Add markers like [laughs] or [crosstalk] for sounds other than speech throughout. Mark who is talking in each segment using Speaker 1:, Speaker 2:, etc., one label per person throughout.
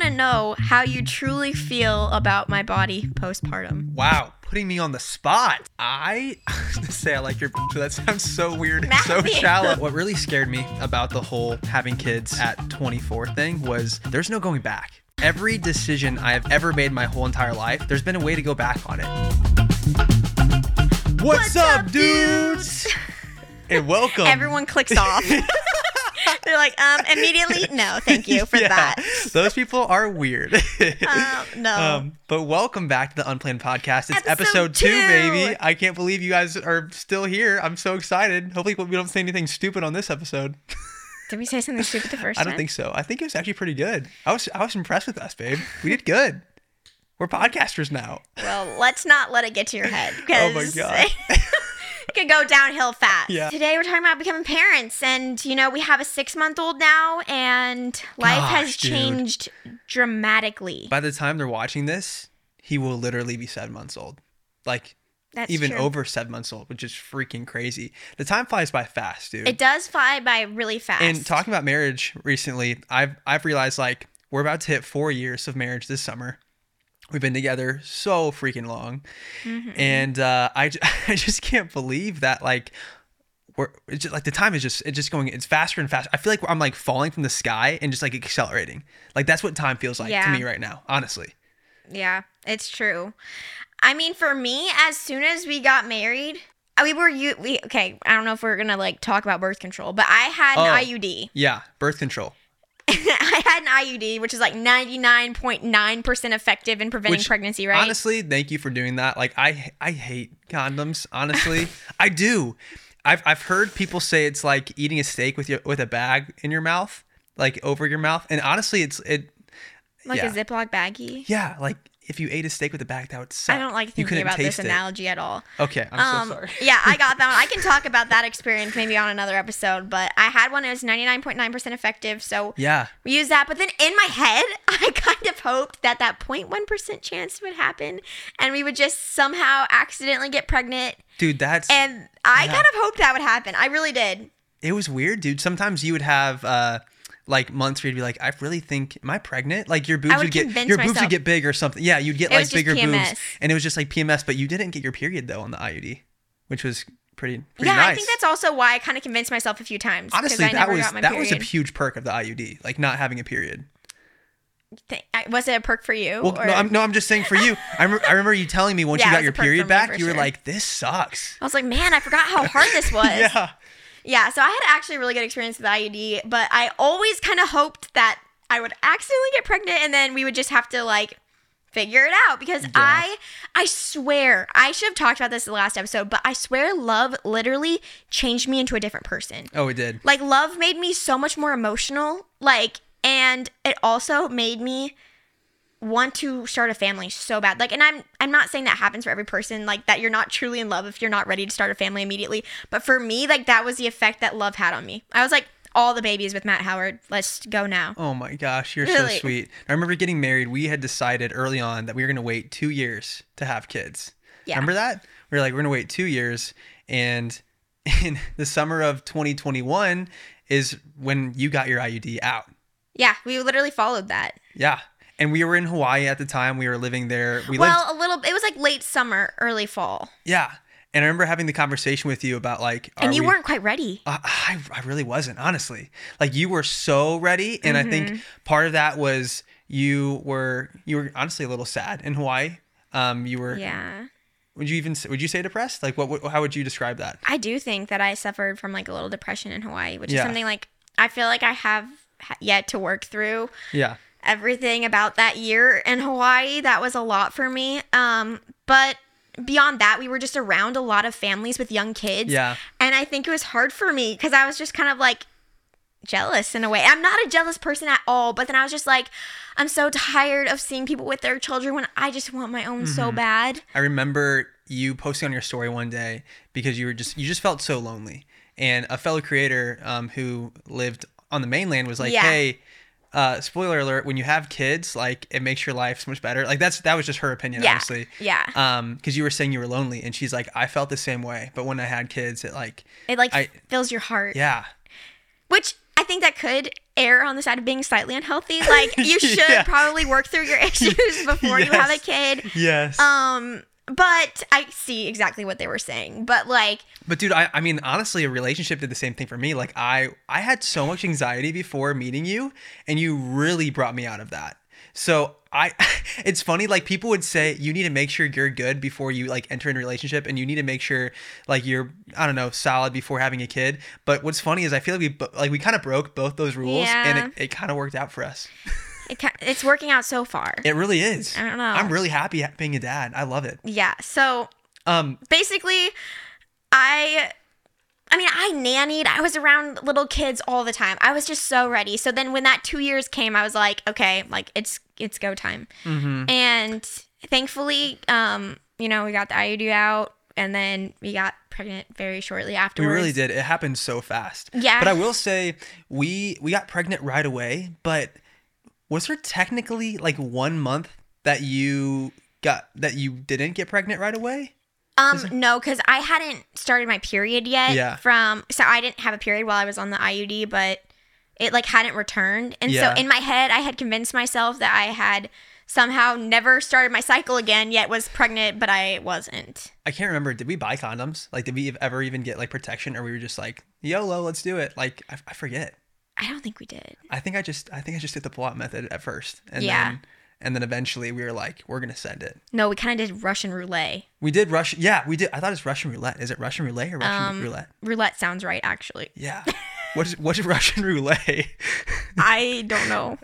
Speaker 1: to know how you truly feel about my body postpartum.
Speaker 2: Wow, putting me on the spot. I [laughs] I was gonna say I like your [laughs] picture. That sounds so weird and so
Speaker 1: Matthew.
Speaker 2: shallow. What really scared me about the whole having kids at 24 thing was there's no going back. Every decision I have ever made my whole entire life, there's been a way to go back on it. What's,
Speaker 1: What's
Speaker 2: up,
Speaker 1: up,
Speaker 2: dudes? and
Speaker 1: [laughs]
Speaker 2: welcome.
Speaker 1: Everyone clicks
Speaker 2: [laughs]
Speaker 1: off. They're like, um, immediately, no, thank you for
Speaker 2: [laughs] Yeah,
Speaker 1: that.
Speaker 2: Those people
Speaker 1: [laughs]
Speaker 2: are weird.
Speaker 1: Um, no.
Speaker 2: Um, but welcome back to the Unplanned Podcast. It's episode,
Speaker 1: Episode
Speaker 2: two,
Speaker 1: two.
Speaker 2: baby. I can't believe you guys are still here. I'm so excited. Hopefully, we don't say anything stupid on this episode.
Speaker 1: Did we say something stupid the first
Speaker 2: I don't
Speaker 1: time?
Speaker 2: think so. I think it was actually pretty good. I was I was impressed with us, babe. We did good. We're podcasters now.
Speaker 1: Well, let's not let it get to your head
Speaker 2: [laughs] Oh
Speaker 1: because
Speaker 2: my God.
Speaker 1: [laughs] it could go downhill fast.
Speaker 2: Yeah.
Speaker 1: Today we're talking about becoming parents, and you know we have a six-month-old now, and life has
Speaker 2: Gosh, dude.
Speaker 1: changed dramatically.
Speaker 2: By the time they're watching this, he will literally be seven months old. Like
Speaker 1: That's
Speaker 2: even
Speaker 1: true.
Speaker 2: over seven months old, which is freaking crazy. The time flies by fast, dude.
Speaker 1: It does fly by really fast.
Speaker 2: And talking about marriage recently, I've I've realized like we're about to hit four years of marriage this summer. We've been together so freaking long,
Speaker 1: Mm-hmm.
Speaker 2: and uh, I ju- [laughs] I just can't believe that like we're it's just, like the time is just it's just going it's faster and faster. I feel like I'm like falling from the sky and just like accelerating. Like that's what time feels like to
Speaker 1: Yeah.
Speaker 2: me right now, honestly.
Speaker 1: Yeah, it's true. I mean, for me, as soon as we got married, uh, we were you we okay. I don't know if we're gonna like talk about birth control, but I had an
Speaker 2: Oh.
Speaker 1: IUD.
Speaker 2: Yeah, birth control.
Speaker 1: [laughs] I had an IUD, which is like ninety nine point nine percent effective in preventing
Speaker 2: Which,
Speaker 1: pregnancy. Right?
Speaker 2: Honestly, thank you for doing that. Like I I hate condoms,
Speaker 1: [laughs]
Speaker 2: honestly. I do. I've I've heard people say it's like eating a steak with your with a bag in your mouth, like over your mouth. And honestly, it's it
Speaker 1: like
Speaker 2: yeah.
Speaker 1: a Ziploc baggie.
Speaker 2: yeah, like if you ate a steak with a bag, that would suck.
Speaker 1: I don't like
Speaker 2: You
Speaker 1: thinking
Speaker 2: couldn't
Speaker 1: about this
Speaker 2: taste it.
Speaker 1: analogy at all. Um,
Speaker 2: Okay, I'm so sorry.
Speaker 1: yeah, I got that one.
Speaker 2: [laughs]
Speaker 1: I can talk about that experience maybe on another episode, but I had one. It was ninety nine point nine percent effective. So
Speaker 2: Yeah.
Speaker 1: we used that. But then in my head, [laughs] I kind of hoped that that 0.1% chance would happen and we would just somehow accidentally get pregnant.
Speaker 2: Dude, that's
Speaker 1: And I
Speaker 2: Yeah.
Speaker 1: kind of hoped that would happen. I really did.
Speaker 2: it was weird, dude. Sometimes you would have uh like months where you'd be like, I really think, am I pregnant? Like your boobs
Speaker 1: would
Speaker 2: would, get
Speaker 1: convince
Speaker 2: your boobs
Speaker 1: myself.
Speaker 2: would get big or something. Yeah, you'd get
Speaker 1: It was
Speaker 2: like
Speaker 1: just
Speaker 2: bigger boobs,
Speaker 1: PMS.
Speaker 2: and it was just like PMS. But you didn't get your period though on the IUD, which was pretty pretty
Speaker 1: yeah,
Speaker 2: nice.
Speaker 1: I think that's also why I kind of convinced myself a few times. 'cause
Speaker 2: honestly
Speaker 1: I
Speaker 2: that
Speaker 1: never
Speaker 2: was
Speaker 1: got my
Speaker 2: that was
Speaker 1: period.
Speaker 2: a huge perk of the IUD, like not having a period.
Speaker 1: Th- I- was it a perk for you?
Speaker 2: Well,
Speaker 1: or-
Speaker 2: no, I'm no, I'm just saying for you. I, rem- I remember you telling me once
Speaker 1: Yeah,
Speaker 2: you
Speaker 1: it
Speaker 2: got
Speaker 1: was
Speaker 2: your
Speaker 1: a perk for
Speaker 2: period
Speaker 1: me,
Speaker 2: back,
Speaker 1: for
Speaker 2: you were
Speaker 1: sure.
Speaker 2: like, this sucks.
Speaker 1: I was like, man, I forgot how hard
Speaker 2: [laughs]
Speaker 1: this was.
Speaker 2: Yeah.
Speaker 1: Yeah, so I had actually a really good experience with IUD, but I always kind of hoped that I would accidentally get pregnant and then we would just have to like figure it out because I I swear, I should have talked about this in the last episode, but I swear love literally changed me into a different person.
Speaker 2: Oh, it did.
Speaker 1: Like love made me so much more emotional, like and it also made me want to start a family so bad. Like and I'm I'm not saying that happens for every person, like that you're not truly in love if you're not ready to start a family immediately, but for me like that was the effect that love had on me. I was like all the babies with Matt Howard, let's go now.
Speaker 2: Oh my gosh, you're so
Speaker 1: Really.
Speaker 2: sweet. I remember getting married. We had decided early on that we were going to wait two years to have kids.
Speaker 1: Yeah.
Speaker 2: Remember that? We were like, we're going to wait two years. And [laughs] in the summer of 2021 is when you got your IUD out.
Speaker 1: Yeah, we literally followed that.
Speaker 2: Yeah. And we were in Hawaii at the time. We were living there. We lived
Speaker 1: well, a little it was like late summer, early fall.
Speaker 2: Yeah. And I remember having the conversation with you about like, are
Speaker 1: and you
Speaker 2: we-
Speaker 1: weren't quite ready.
Speaker 2: I, I I really wasn't, honestly. Like you were so ready, and I
Speaker 1: Mm-hmm.
Speaker 2: think part of that was you were you were honestly a little sad in Hawaii. Um, you were.
Speaker 1: Yeah.
Speaker 2: Would you even s- would you say depressed? Like what? what how would you describe that?
Speaker 1: I do think that I suffered from like a little depression in Hawaii, which
Speaker 2: Yeah.
Speaker 1: is something like I feel like I have ha- yet to work through
Speaker 2: Yeah.
Speaker 1: everything about that year in Hawaii. That was a lot for me. Um, but beyond that, we were just around a lot of families with young kids.
Speaker 2: Yeah.
Speaker 1: And I think it was hard for me because I was just kind of like jealous in a way. I'm not a jealous person at all, but then I was just like, I'm so tired of seeing people with their children when I just want my own so
Speaker 2: Mm-hmm.
Speaker 1: bad.
Speaker 2: I remember you posting on your story one day because you were just you just felt so lonely, and a fellow creator um, who lived on the mainland was like,
Speaker 1: Yeah.
Speaker 2: "Hey, uh, spoiler alert: when you have kids, like it makes your life so much better." Like that's that was just her opinion,
Speaker 1: Yeah.
Speaker 2: honestly.
Speaker 1: Yeah.
Speaker 2: Um, because you were saying you were lonely, and she's like, "I felt the same way, but when I had kids, it like,
Speaker 1: It like
Speaker 2: I-
Speaker 1: fills your heart.
Speaker 2: yeah,
Speaker 1: Which I think that could err on the side of being slightly
Speaker 2: [laughs]
Speaker 1: unhealthy. Like you should
Speaker 2: Yeah.
Speaker 1: probably work through your [laughs] issues before you have a
Speaker 2: Yes.
Speaker 1: kid.
Speaker 2: Yes.
Speaker 1: Um, but I see exactly what they were saying. But like,
Speaker 2: But dude, I, I mean, honestly, a relationship did the same thing for me. Like I, I had so much anxiety before meeting you, and you really brought me out of that. So I, [laughs] it's funny. Like people would say, you need to make sure you're good before you like enter in a relationship, and you need to make sure like you're, I don't know, solid before having a kid. But what's funny is I feel like we, bo- like we kind of broke both those rules,
Speaker 1: Yeah.
Speaker 2: and it, it kind of worked out for us.
Speaker 1: it, ki- it's working out so far.
Speaker 2: It really is.
Speaker 1: I don't know.
Speaker 2: I'm really happy ha- being a dad. I love it.
Speaker 1: yeah. So
Speaker 2: Um,
Speaker 1: basically i i mean i nannied i was around little kids all the time i was just so ready so then when that two years came i was like okay like it's it's go time
Speaker 2: mhm.
Speaker 1: and thankfully um you know we got the iud out and then we got pregnant very shortly
Speaker 2: We
Speaker 1: afterwards
Speaker 2: really did. It happened so fast.
Speaker 1: Yeah.
Speaker 2: But I will say we we got pregnant right away, but was there technically like one month that you got that you didn't get pregnant right away?
Speaker 1: um no because i hadn't started my period yet
Speaker 2: Yeah.
Speaker 1: from so i didn't have a period while i was on the iud but it like hadn't returned and
Speaker 2: Yeah.
Speaker 1: so in my head i had convinced myself that i had somehow never started my cycle again yet was pregnant but i wasn't
Speaker 2: I can't remember. Did we buy condoms? Like did we ever even get like protection or we were just like, YOLO, let's do it. Like I, I forget.
Speaker 1: i don't think we did
Speaker 2: I think I just I think I just did the pull-out method at first. And
Speaker 1: Yeah.
Speaker 2: then and then eventually we were like, we're gonna send it.
Speaker 1: no we kind of did russian roulette
Speaker 2: We did Russian yeah, we did I thought it's Russian roulette. Is it Russian roulette or Russian
Speaker 1: Um,
Speaker 2: roulette?
Speaker 1: roulette sounds right actually [laughs]
Speaker 2: Yeah. What is what is Russian roulette?
Speaker 1: i don't
Speaker 2: [laughs]
Speaker 1: know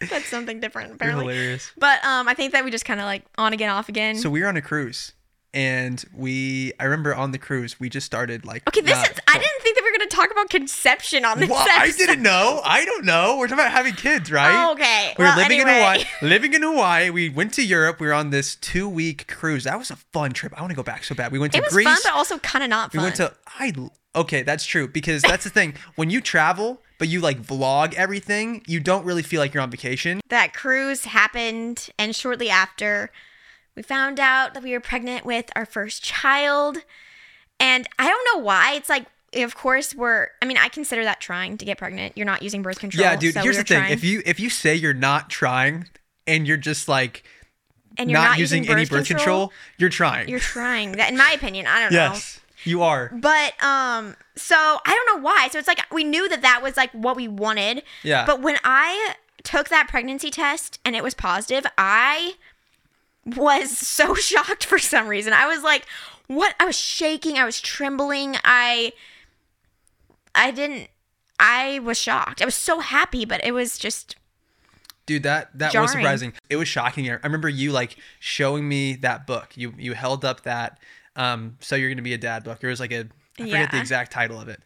Speaker 1: that's something different
Speaker 2: You're
Speaker 1: apparently
Speaker 2: hilarious.
Speaker 1: but um i think that we just kind of like on again off again
Speaker 2: So we were on a cruise, and we I remember on the cruise we just started like.
Speaker 1: okay this
Speaker 2: not-
Speaker 1: is i didn't think that we were going to talk about conception on this
Speaker 2: Well, I
Speaker 1: episode.
Speaker 2: didn't know. I don't know. We're talking about having kids, right?
Speaker 1: Oh, okay
Speaker 2: We were
Speaker 1: well,
Speaker 2: living
Speaker 1: anyway.
Speaker 2: in
Speaker 1: [laughs]
Speaker 2: Hawaii. Living in Hawaii, we went to Europe. We were on this two-week cruise. That was a fun trip. I want to go back so bad. We went to
Speaker 1: It was
Speaker 2: Greece.
Speaker 1: fun, but also kind of not
Speaker 2: we
Speaker 1: fun.
Speaker 2: went to I. Okay, that's true because that's
Speaker 1: [laughs]
Speaker 2: the thing. When you travel, but you like vlog everything, you don't really feel like you're on vacation.
Speaker 1: that cruise happened, and shortly after, we found out that we were pregnant with our first child. And I don't know why. It's like, of course, we're. I mean, I consider that trying to get pregnant. You're not using birth control.
Speaker 2: Yeah, dude.
Speaker 1: so
Speaker 2: here's
Speaker 1: we
Speaker 2: the
Speaker 1: were
Speaker 2: thing.
Speaker 1: trying.
Speaker 2: If you if you say you're not trying and you're just like
Speaker 1: and
Speaker 2: not, using, any birth control, you're trying.
Speaker 1: you're trying. That, in my opinion, I don't know.
Speaker 2: yes, you are.
Speaker 1: But um, so I don't know why. So it's like we knew that that was like what we wanted.
Speaker 2: Yeah.
Speaker 1: But when I took that pregnancy test and it was positive, I was [laughs] so shocked for some reason. I was like, "What?" I was shaking. I was trembling. I, I didn't. I was shocked. I was so happy, but it was just
Speaker 2: Dude, that that was
Speaker 1: Jarring.
Speaker 2: surprising. It was shocking. I remember you like showing me that book. You you held up that um so you're going to be a dad book. It was like a I forget the
Speaker 1: Yeah.
Speaker 2: exact title of it.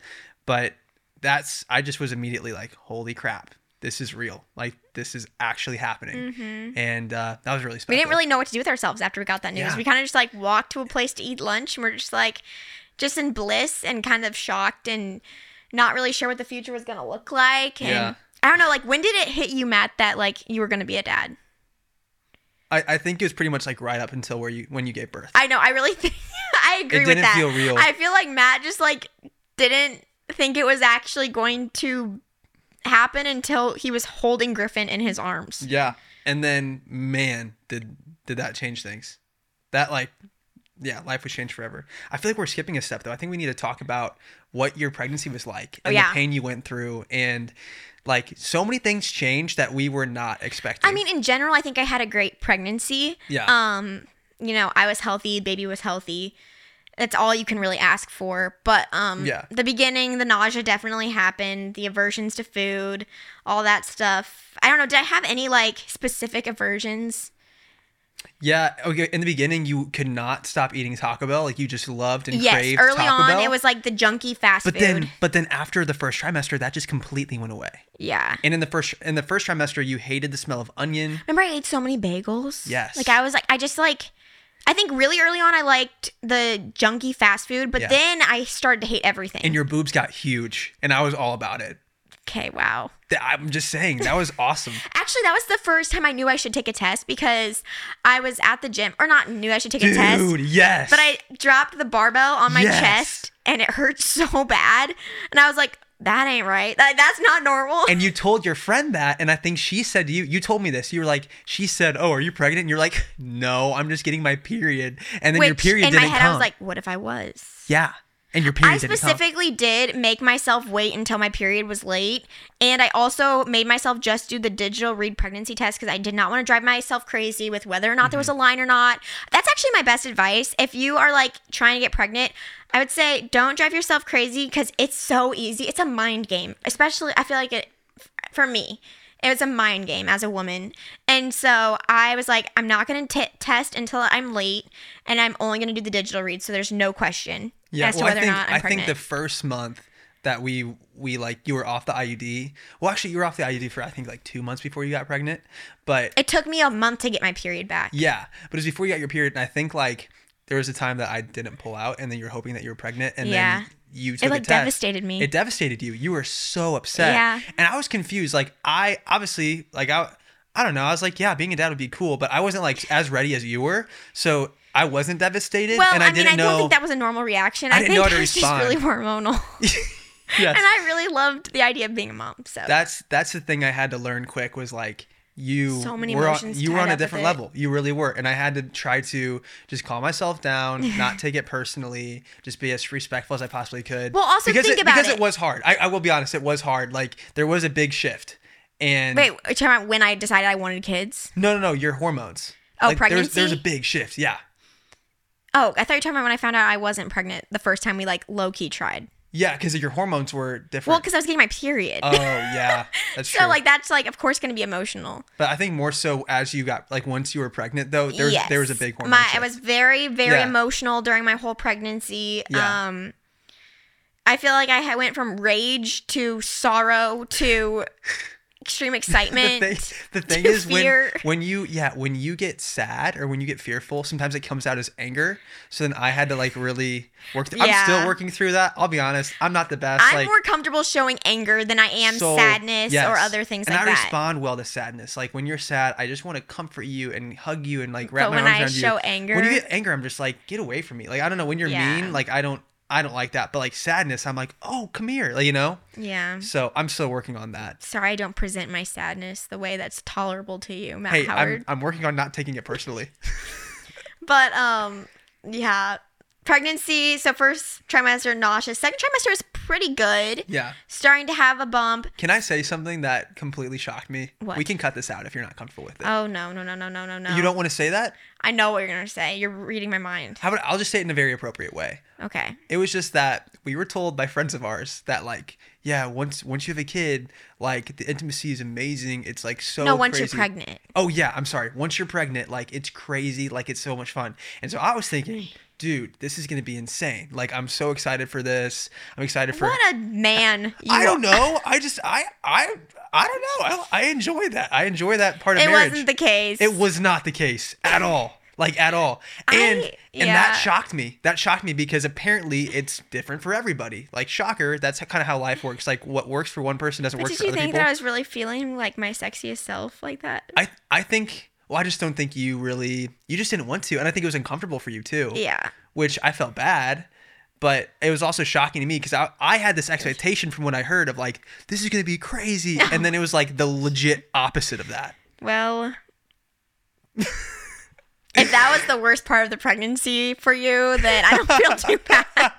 Speaker 2: But that's I just was immediately like, "Holy crap. This is real. Like this is actually happening." And uh that was really
Speaker 1: Mm-hmm.
Speaker 2: special.
Speaker 1: we didn't really know what to do with ourselves after we got that news.
Speaker 2: Yeah.
Speaker 1: We kind of just like walked to a place to eat lunch and we're just like just in bliss and kind of shocked and not really sure what the future was going to look like and
Speaker 2: Yeah.
Speaker 1: I don't know like when did it hit you Matt that like you were going to be a dad?
Speaker 2: I, I think it was pretty much like right up until where you when you gave birth.
Speaker 1: I know I really [laughs] think I agree with
Speaker 2: didn't
Speaker 1: that.
Speaker 2: feel real.
Speaker 1: I feel like Matt just like didn't think it was actually going to happen until he was holding Griffin in his arms.
Speaker 2: Yeah. And then man, did did that change things. That like yeah, life was changed forever. I feel like we're skipping a step though. I think we need to talk about what your pregnancy was like and
Speaker 1: Oh, yeah.
Speaker 2: the pain you went through and like so many things changed that we were not expecting.
Speaker 1: I mean, in general, I think I had a great pregnancy.
Speaker 2: Yeah.
Speaker 1: Um, you know, I was healthy, baby was healthy. That's all you can really ask for. But um
Speaker 2: Yeah.
Speaker 1: the beginning, the nausea definitely happened, the aversions to food, all that stuff. I don't know, did I have any like specific aversions?
Speaker 2: yeah, okay, in the beginning you could not stop eating Taco Bell. Like you just loved and
Speaker 1: yes.
Speaker 2: craved
Speaker 1: Early
Speaker 2: Taco
Speaker 1: on
Speaker 2: Bell.
Speaker 1: it was like the junky fast
Speaker 2: but
Speaker 1: food.
Speaker 2: then but then after the first trimester that just completely went away.
Speaker 1: yeah.
Speaker 2: And in the first in the first trimester you hated the smell of onion.
Speaker 1: Remember I ate so many bagels?
Speaker 2: Yes.
Speaker 1: Like I was like I just like I think really early on I liked the junky fast food, but
Speaker 2: Yeah.
Speaker 1: then I started to hate everything.
Speaker 2: and your boobs got huge and i was all about it
Speaker 1: okay, wow.
Speaker 2: Th- i'm just saying that was awesome
Speaker 1: [laughs] Actually, that was the first time I knew I should take a test because I was at the gym, or not knew I should take a test,
Speaker 2: dude yes
Speaker 1: but I dropped the barbell on my [laughs]
Speaker 2: Yes.
Speaker 1: chest and it hurt so bad. And I was like, that ain't right. Like that's not normal.
Speaker 2: and you told your friend that and i think she said to you you told me this you were like she said oh are you pregnant and you're like no i'm just getting my period and then your period
Speaker 1: in my
Speaker 2: didn't
Speaker 1: head
Speaker 2: come
Speaker 1: I was like, what if I was?
Speaker 2: yeah and your period
Speaker 1: I
Speaker 2: didn't
Speaker 1: specifically did make myself wait until my period was late, and I also made myself just do the digital read pregnancy test because I did not want to drive myself crazy with whether or not there was a line or not. That's actually my best advice. If you are like trying to get pregnant, I would say don't drive yourself crazy because it's so easy. It's a mind game, especially I feel like it for me. It was a mind game as a woman. And so I was like, I'm not going to test until I'm late, and I'm only going to do the digital read. So there's no question
Speaker 2: come yeah
Speaker 1: as to
Speaker 2: well i
Speaker 1: whether
Speaker 2: think
Speaker 1: or not I'm
Speaker 2: i
Speaker 1: pregnant.
Speaker 2: think the first month that we we like you were off the iud well actually you were off the iud for i think like two months before you got pregnant but
Speaker 1: It took me a month to get my period back.
Speaker 2: Yeah, but it was before you got your period, and I think like there was a time that I didn't pull out, and then you're hoping that you were pregnant, and
Speaker 1: Yeah.
Speaker 2: then you took
Speaker 1: like,
Speaker 2: a test.
Speaker 1: devastated me.
Speaker 2: It devastated you. You were so upset.
Speaker 1: Yeah.
Speaker 2: and I was confused. Like I obviously like I I don't know. I was like, yeah, being a dad would be cool, but I wasn't like as ready as you were, so I wasn't devastated,
Speaker 1: Well,
Speaker 2: and
Speaker 1: I,
Speaker 2: I,
Speaker 1: mean,
Speaker 2: didn't
Speaker 1: I
Speaker 2: know.
Speaker 1: don't think that was a normal reaction.
Speaker 2: I
Speaker 1: I,
Speaker 2: didn't
Speaker 1: think
Speaker 2: know how
Speaker 1: it
Speaker 2: to
Speaker 1: was just
Speaker 2: respond.
Speaker 1: really hormonal.
Speaker 2: [laughs] yes,
Speaker 1: and I really loved the idea of being a mom. So
Speaker 2: that's that's the thing I had to learn quick was like you
Speaker 1: So many
Speaker 2: were on,
Speaker 1: emotions
Speaker 2: you were
Speaker 1: tied
Speaker 2: on
Speaker 1: up
Speaker 2: a
Speaker 1: with
Speaker 2: different
Speaker 1: it.
Speaker 2: level. You really were, and I had to try to just calm
Speaker 1: [laughs]
Speaker 2: myself down, not take it personally, just be as respectful as I possibly could.
Speaker 1: Well, also
Speaker 2: because
Speaker 1: think
Speaker 2: it,
Speaker 1: about
Speaker 2: because it.
Speaker 1: it.
Speaker 2: was hard. I, I will be honest, it was hard. Like there was a big shift, and
Speaker 1: wait, are you talking about when I decided I wanted kids?
Speaker 2: no, no, no, your hormones.
Speaker 1: Oh,
Speaker 2: like, There's, there's
Speaker 1: pregnancy?
Speaker 2: a big shift. Yeah,
Speaker 1: Oh, I thought you were talking about when I found out I wasn't pregnant the first time we like low key tried.
Speaker 2: yeah, because your hormones were
Speaker 1: Well,
Speaker 2: different.
Speaker 1: because I was getting my period.
Speaker 2: oh
Speaker 1: [laughs]
Speaker 2: yeah, that's
Speaker 1: so
Speaker 2: true.
Speaker 1: like that's like of course going to be emotional.
Speaker 2: but I think more so as you got like once you were pregnant though, there was,
Speaker 1: yes.
Speaker 2: there was a big hormone.
Speaker 1: My,
Speaker 2: shift.
Speaker 1: I was very, very
Speaker 2: Yeah.
Speaker 1: emotional during my whole pregnancy.
Speaker 2: Yeah.
Speaker 1: Um, I feel like I had- went from rage to sorrow
Speaker 2: [laughs]
Speaker 1: to extreme excitement.
Speaker 2: the thing, the thing
Speaker 1: to
Speaker 2: is when,
Speaker 1: fear.
Speaker 2: when you yeah when you get sad or when you get fearful sometimes it comes out as anger so then i had to like really work th- i'm
Speaker 1: Yeah.
Speaker 2: still working through that i'll be honest i'm not the best
Speaker 1: I'm
Speaker 2: like
Speaker 1: more comfortable showing anger than I am
Speaker 2: so-
Speaker 1: sadness
Speaker 2: yes.
Speaker 1: or other things
Speaker 2: and
Speaker 1: like
Speaker 2: i
Speaker 1: that.
Speaker 2: respond well to sadness like when you're sad i just want to comfort you and hug you and like wrap
Speaker 1: But
Speaker 2: my
Speaker 1: when
Speaker 2: arms
Speaker 1: I
Speaker 2: around
Speaker 1: show
Speaker 2: you
Speaker 1: anger-
Speaker 2: when you get anger i'm just like get away from me like i don't know when you're
Speaker 1: Yeah.
Speaker 2: mean like i don't i don't like that but like sadness i'm like oh come here like you know
Speaker 1: yeah.
Speaker 2: so i'm still working on that
Speaker 1: Sorry, I don't present my sadness the way that's tolerable to you, Matt
Speaker 2: hey
Speaker 1: Howard.
Speaker 2: I'm, I'm working on not taking it personally
Speaker 1: But um, yeah, pregnancy. So first trimester nauseous. Second trimester is pretty good.
Speaker 2: yeah
Speaker 1: Starting to have a bump.
Speaker 2: Can I say something that completely shocked me?
Speaker 1: What?
Speaker 2: We can cut this out if you're not comfortable with it.
Speaker 1: Oh no no no no no no no!
Speaker 2: You don't want to say that?
Speaker 1: I know what you're gonna say. You're reading my mind.
Speaker 2: How about I'll just say it in a very appropriate way.
Speaker 1: Okay.
Speaker 2: It was just that we were told by friends of ours that like, yeah, once once you have a kid, like the intimacy is amazing. It's like so
Speaker 1: no, once
Speaker 2: crazy.
Speaker 1: you're pregnant.
Speaker 2: Oh yeah, I'm sorry. Once you're pregnant, like it's crazy, like it's so much fun. And so I was thinking, dude, this is gonna be insane. Like I'm so excited for this. I'm excited for
Speaker 1: What a man! You
Speaker 2: [laughs] I
Speaker 1: are.
Speaker 2: don't know. I just I I I don't know. I, I enjoy that. I enjoy that part of
Speaker 1: It
Speaker 2: marriage.
Speaker 1: wasn't the case.
Speaker 2: It was not the case at all. Like at all. And and
Speaker 1: yeah.
Speaker 2: that shocked me. That shocked me because apparently it's different for everybody. Like shocker, that's kind of how life works. Like what works for one person doesn't
Speaker 1: But
Speaker 2: work
Speaker 1: did
Speaker 2: for
Speaker 1: you
Speaker 2: other
Speaker 1: think
Speaker 2: people.
Speaker 1: that I was really feeling like my sexiest self like that?
Speaker 2: I I think well, I just don't think you really you just didn't want to and I think it was uncomfortable for you too.
Speaker 1: yeah.
Speaker 2: Which I felt bad. But it was also shocking to me because I, I had this expectation from what I heard of like, this is going to
Speaker 1: [laughs]
Speaker 2: be crazy. And then it was like the legit opposite of that. [laughs]
Speaker 1: Well. If that was the worst part of the pregnancy for you, then I don't feel
Speaker 2: [laughs]
Speaker 1: too bad.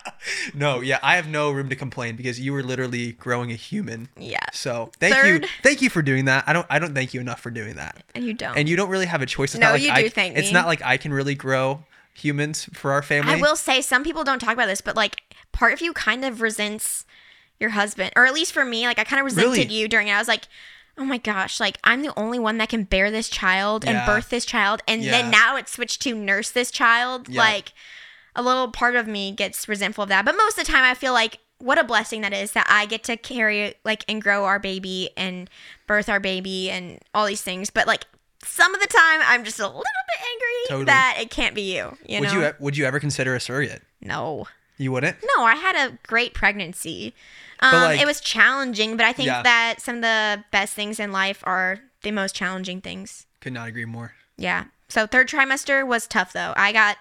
Speaker 2: No, yeah, I have no room to complain because you were literally growing a human.
Speaker 1: Yeah,
Speaker 2: So thank
Speaker 1: Third.
Speaker 2: you, thank you for doing that. I don't, I don't thank you enough for doing that.
Speaker 1: and you don't.
Speaker 2: And you don't really have a choice. It's
Speaker 1: No,
Speaker 2: not like
Speaker 1: you
Speaker 2: I,
Speaker 1: do thank
Speaker 2: It's
Speaker 1: me.
Speaker 2: not like I can really grow humans for our family.
Speaker 1: I will say some people don't talk about this, but like part of you kind of resents your husband, or at least for me, like I kind of resented
Speaker 2: Really?
Speaker 1: you during it. I was like, oh my gosh, like I'm the only one that can bear this child and
Speaker 2: Yeah.
Speaker 1: birth this child, and then
Speaker 2: Yeah.
Speaker 1: now it's switched to nurse this child.
Speaker 2: Yeah.
Speaker 1: Like a little part of me gets resentful of that, but most of the time I feel like what a blessing that is that I get to carry like and grow our baby and birth our baby and all these things, but like. Some of the time, I'm just a little bit angry
Speaker 2: Totally.
Speaker 1: that it can't be you. You
Speaker 2: Would
Speaker 1: know?
Speaker 2: you e- would you ever consider a surrogate?
Speaker 1: no.
Speaker 2: You wouldn't.
Speaker 1: No, I had a great pregnancy. Um,
Speaker 2: like-
Speaker 1: it was challenging, but I think
Speaker 2: Yeah.
Speaker 1: that some of the best things in life are the most challenging things.
Speaker 2: Could not agree more.
Speaker 1: Yeah. So third trimester was tough though. I got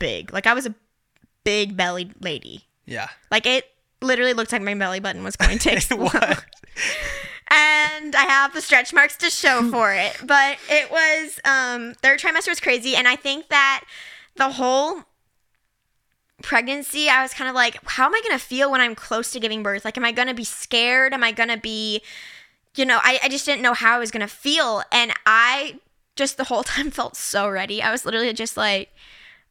Speaker 1: big. Like I was a big bellied lady.
Speaker 2: Yeah. [laughs]
Speaker 1: Like it literally looks like my belly button was going to explode.
Speaker 2: [laughs] What?
Speaker 1: and I have the stretch marks to show for it. But it was um third trimester was crazy and I think that the whole pregnancy I was kind of like how am I going to feel when I'm close to giving birth? Like am I going to be scared? Am I going to be you know, I, I just didn't know how I was going to feel and I just the whole [laughs] time felt so ready. I was literally just like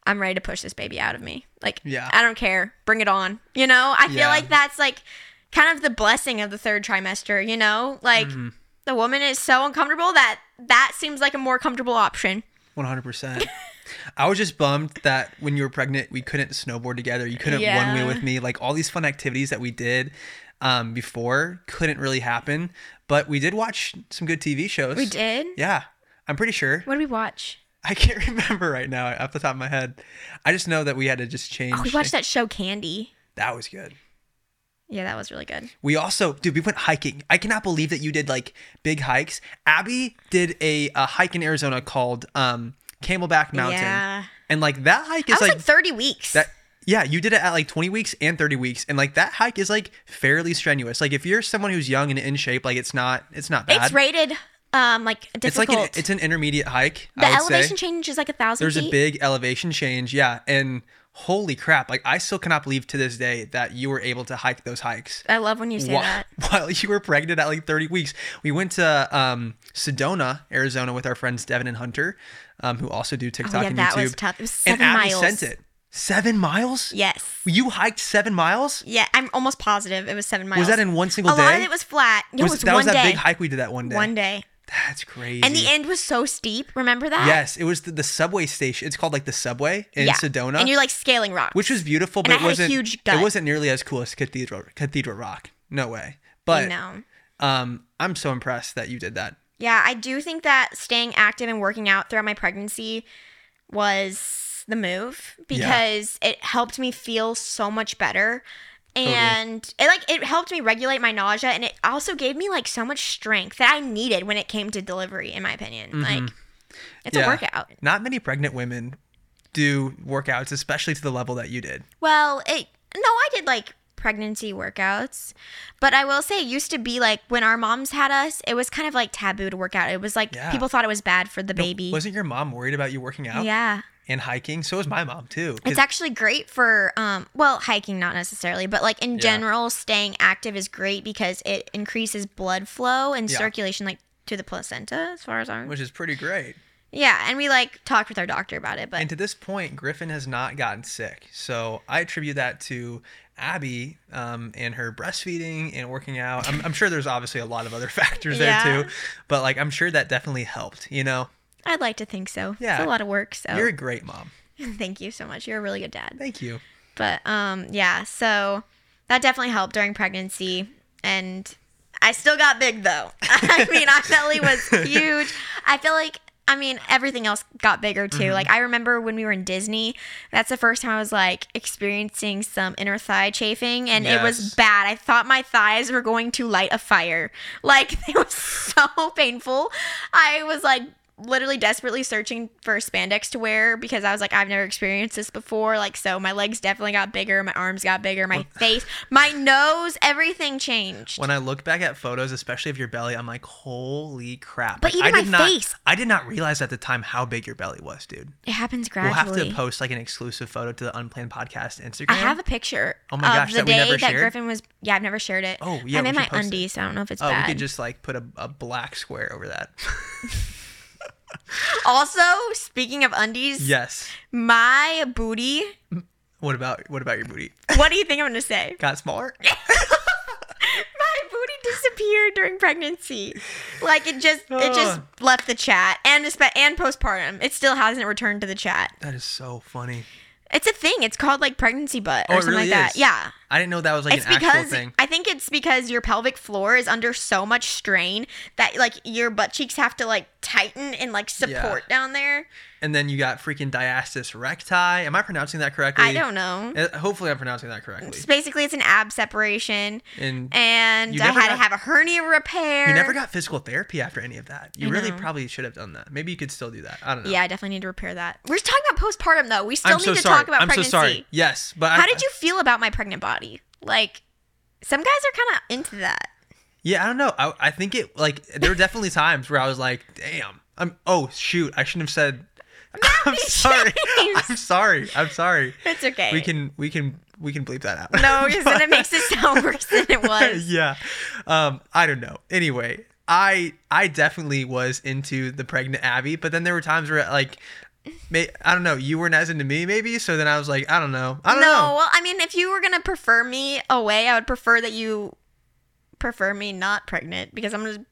Speaker 1: I'm ready to push this baby out of me. Like
Speaker 2: Yeah.
Speaker 1: I don't care. Bring it on. You know, I feel
Speaker 2: Yeah.
Speaker 1: like that's like kind of the blessing of the third trimester, you know? Like
Speaker 2: Mhm.
Speaker 1: the woman is so uncomfortable that that seems like a more comfortable option.
Speaker 2: 100%. I was just bummed that when you were pregnant, we couldn't snowboard together. You couldn't one wheel
Speaker 1: Yeah.
Speaker 2: with me. Like all these fun activities that we did um, before couldn't really happen. But we did watch some good TV shows.
Speaker 1: We did?
Speaker 2: Yeah. I'm pretty sure.
Speaker 1: What did we watch?
Speaker 2: I can't [laughs] remember right now off the top of my head. I just know that we had to just change.
Speaker 1: Oh, we watched that show Candy.
Speaker 2: That was good.
Speaker 1: Yeah, that was really good.
Speaker 2: We also, dude, we went hiking. I cannot believe that you did like big hikes. Abby did a, a hike in Arizona called um, Camelback Mountain.
Speaker 1: Yeah.
Speaker 2: And like that hike is
Speaker 1: I was
Speaker 2: like,
Speaker 1: like, 30 weeks.
Speaker 2: that. Yeah, you did it at like 20 weeks and 30 weeks, and like that hike is like fairly strenuous. Like if you're someone who's young and in shape, like it's not it's not bad.
Speaker 1: it's rated um like
Speaker 2: It's
Speaker 1: difficult.
Speaker 2: like an, it's an intermediate hike.
Speaker 1: the
Speaker 2: I would
Speaker 1: elevation
Speaker 2: say.
Speaker 1: change is like a thousand
Speaker 2: There's
Speaker 1: feet.
Speaker 2: a big elevation change, yeah, and holy crap! Like I still cannot believe to this day that you were able to hike those hikes.
Speaker 1: I love when you say
Speaker 2: Whi-
Speaker 1: that.
Speaker 2: [laughs] While you were pregnant at like 30 weeks, we went to um, Sedona, Arizona, with our friends Devin and Hunter, um, who also do TikTok
Speaker 1: Oh, yeah,
Speaker 2: and
Speaker 1: that
Speaker 2: YouTube.
Speaker 1: was tough. It was
Speaker 2: and
Speaker 1: seven
Speaker 2: Abby
Speaker 1: miles.
Speaker 2: sent it. Seven miles?
Speaker 1: Yes.
Speaker 2: You hiked seven miles?
Speaker 1: Yeah, I'm almost positive it was seven miles.
Speaker 2: Was that in one
Speaker 1: A
Speaker 2: single
Speaker 1: lot
Speaker 2: day?
Speaker 1: of it was flat. Yeah, it was
Speaker 2: that
Speaker 1: one
Speaker 2: was that
Speaker 1: day.
Speaker 2: big hike we did that one day.
Speaker 1: One day.
Speaker 2: That's crazy.
Speaker 1: And the end was so steep. Remember that?
Speaker 2: Yes, it was the, the subway station. It's called like the subway in
Speaker 1: yeah.
Speaker 2: Sedona,
Speaker 1: And you're like scaling rocks.
Speaker 2: which was beautiful,
Speaker 1: I
Speaker 2: but it
Speaker 1: had a
Speaker 2: wasn't.
Speaker 1: huge
Speaker 2: It
Speaker 1: gut.
Speaker 2: wasn't nearly as cool as Cathedral Cathedral Rock. No way.
Speaker 1: you
Speaker 2: But
Speaker 1: know.
Speaker 2: um, I'm so impressed that you did that.
Speaker 1: Yeah, I do think that staying active and working out throughout my pregnancy was the move because it helped me feel so much better. And it like it helped me regulate my nausea and it also gave me like so much strength that I needed when it came to delivery in my opinion. Like it's
Speaker 2: Mm-hmm. Yeah.
Speaker 1: a workout.
Speaker 2: Not many pregnant women do workouts, especially to the level that you did.
Speaker 1: Well, it no, I did like pregnancy workouts, but I will say it used to be like when our moms had us, it was kind of like taboo to work out. It was like
Speaker 2: Yeah.
Speaker 1: people thought it was bad for the baby.
Speaker 2: Wasn't your mom worried about you working out
Speaker 1: yeah.
Speaker 2: and hiking? So was my mom too. 'cause-
Speaker 1: It's actually great for um well, hiking not necessarily, but like in general staying active is great because it increases blood flow and
Speaker 2: Yeah.
Speaker 1: circulation like to the placenta as far as I'm
Speaker 2: which is pretty great.
Speaker 1: Yeah, and we like talked with our doctor about it, but
Speaker 2: And to this point, Griffin has not gotten sick. So I attribute that to Abby um, and her breastfeeding and working out. I'm, I'm sure there's obviously a lot of other [laughs] factors there
Speaker 1: Yeah.
Speaker 2: too, but like I'm sure that definitely helped. You know,
Speaker 1: I'd like to think so.
Speaker 2: Yeah.
Speaker 1: It's a lot of work, so
Speaker 2: you're a great mom.
Speaker 1: [laughs] thank you so much. You're a really good dad.
Speaker 2: Thank you.
Speaker 1: But um yeah, so that definitely helped during pregnancy and I still got big though. [laughs] I mean, my belly was huge. I feel like I mean, everything else got bigger too. Like I remember when we were in Disney, that's the first time I was like experiencing some inner thigh chafing and it
Speaker 2: Yes.
Speaker 1: was bad. I thought my thighs were going to light a fire. Like [laughs] it was so painful. I was like literally desperately searching for spandex to wear because I was like, I've never experienced this before. Like, so my legs definitely got bigger, my arms got bigger,
Speaker 2: [laughs]
Speaker 1: my face, my nose, everything changed.
Speaker 2: When I look back at photos, especially of your belly, I'm like, holy crap!
Speaker 1: But
Speaker 2: Like,
Speaker 1: even
Speaker 2: I did
Speaker 1: my
Speaker 2: not,
Speaker 1: face.
Speaker 2: I did not realize at the time how big your belly was, dude.
Speaker 1: It happens
Speaker 2: We'll
Speaker 1: gradually.
Speaker 2: have to post like an exclusive photo to the Unplanned Podcast Instagram.
Speaker 1: I have a picture
Speaker 2: Oh my gosh,
Speaker 1: of the
Speaker 2: that we
Speaker 1: day
Speaker 2: never
Speaker 1: that
Speaker 2: shared?
Speaker 1: Griffin was. Yeah, I've never shared it.
Speaker 2: Oh, yeah,
Speaker 1: I'm
Speaker 2: we
Speaker 1: in
Speaker 2: should
Speaker 1: my
Speaker 2: post it.
Speaker 1: undies. so I don't know if it's
Speaker 2: Oh, we
Speaker 1: bad.
Speaker 2: could just like put a, a black square over that. [laughs]
Speaker 1: also, speaking of undies,
Speaker 2: yes.
Speaker 1: my booty.
Speaker 2: What about what about your booty?
Speaker 1: What do you think I'm gonna say?
Speaker 2: Got smaller?
Speaker 1: my booty disappeared during pregnancy. Like it just it just
Speaker 2: Ugh.
Speaker 1: left the chat and espe- and postpartum. It still hasn't returned to the chat.
Speaker 2: That is so funny.
Speaker 1: It's a thing. It's called like pregnancy butt or
Speaker 2: Oh, it
Speaker 1: something
Speaker 2: really
Speaker 1: like that.
Speaker 2: is.
Speaker 1: Yeah.
Speaker 2: I didn't know that was like
Speaker 1: it's
Speaker 2: an actual
Speaker 1: because
Speaker 2: thing.
Speaker 1: I think it's because your pelvic floor is under so much strain that like your butt cheeks have to like tighten and like support down there.
Speaker 2: And then you got freaking diastasis recti. Am I pronouncing that correctly?
Speaker 1: I don't know.
Speaker 2: Uh, Hopefully, I'm pronouncing that correctly.
Speaker 1: It's basically it's an ab separation
Speaker 2: And
Speaker 1: and
Speaker 2: You
Speaker 1: I
Speaker 2: never
Speaker 1: had
Speaker 2: got-
Speaker 1: to have a hernia repair.
Speaker 2: you never got physical therapy after any of that. You
Speaker 1: I
Speaker 2: really
Speaker 1: know.
Speaker 2: probably should have done that. Maybe you could still do that. I don't know.
Speaker 1: Yeah, I definitely need to repair that. We're talking about postpartum though. We still
Speaker 2: I'm
Speaker 1: need
Speaker 2: so
Speaker 1: to
Speaker 2: sorry.
Speaker 1: talk about
Speaker 2: I'm
Speaker 1: pregnancy.
Speaker 2: so sorry. Yes, but I,
Speaker 1: How did you feel about my pregnant body? Like, Some guys are kind of into
Speaker 2: [laughs]
Speaker 1: that.
Speaker 2: Yeah, I don't know. I, I think it like there were definitely times where I was like, damn, I'm oh shoot, I shouldn't have said. [laughs] I'm sorry. [laughs] I'm sorry. I'm sorry.
Speaker 1: [laughs] It's okay.
Speaker 2: We can we can we can bleep that out.
Speaker 1: No, because then it
Speaker 2: [laughs] But-
Speaker 1: makes it sound worse than it was.
Speaker 2: [laughs] yeah. Um, I don't know. Anyway, I I definitely was into the pregnant Abby, but then there were times where like, may, I don't know, you weren't as into me maybe, so then I was like, I don't know, I
Speaker 1: No,
Speaker 2: don't know.
Speaker 1: well, I mean, if you were gonna prefer me away, I would prefer that you prefer me not pregnant because I'm gonna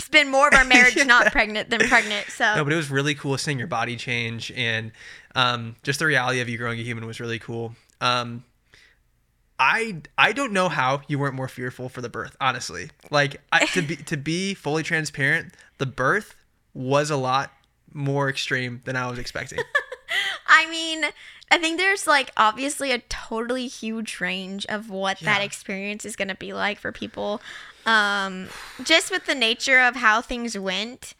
Speaker 1: spend more of our marriage
Speaker 2: [laughs]
Speaker 1: not pregnant than pregnant. So
Speaker 2: No, but it was really cool seeing your body change and um, just the reality of you growing a human was really cool. Um, I I don't know how you weren't more fearful for the birth, honestly. Like I, to be to be fully transparent, the birth was a lot more extreme than I was expecting.
Speaker 1: I mean, I think there's like obviously a totally huge range of what that
Speaker 2: Yeah.
Speaker 1: experience is going to be like for people. Um, just with the nature of how things went,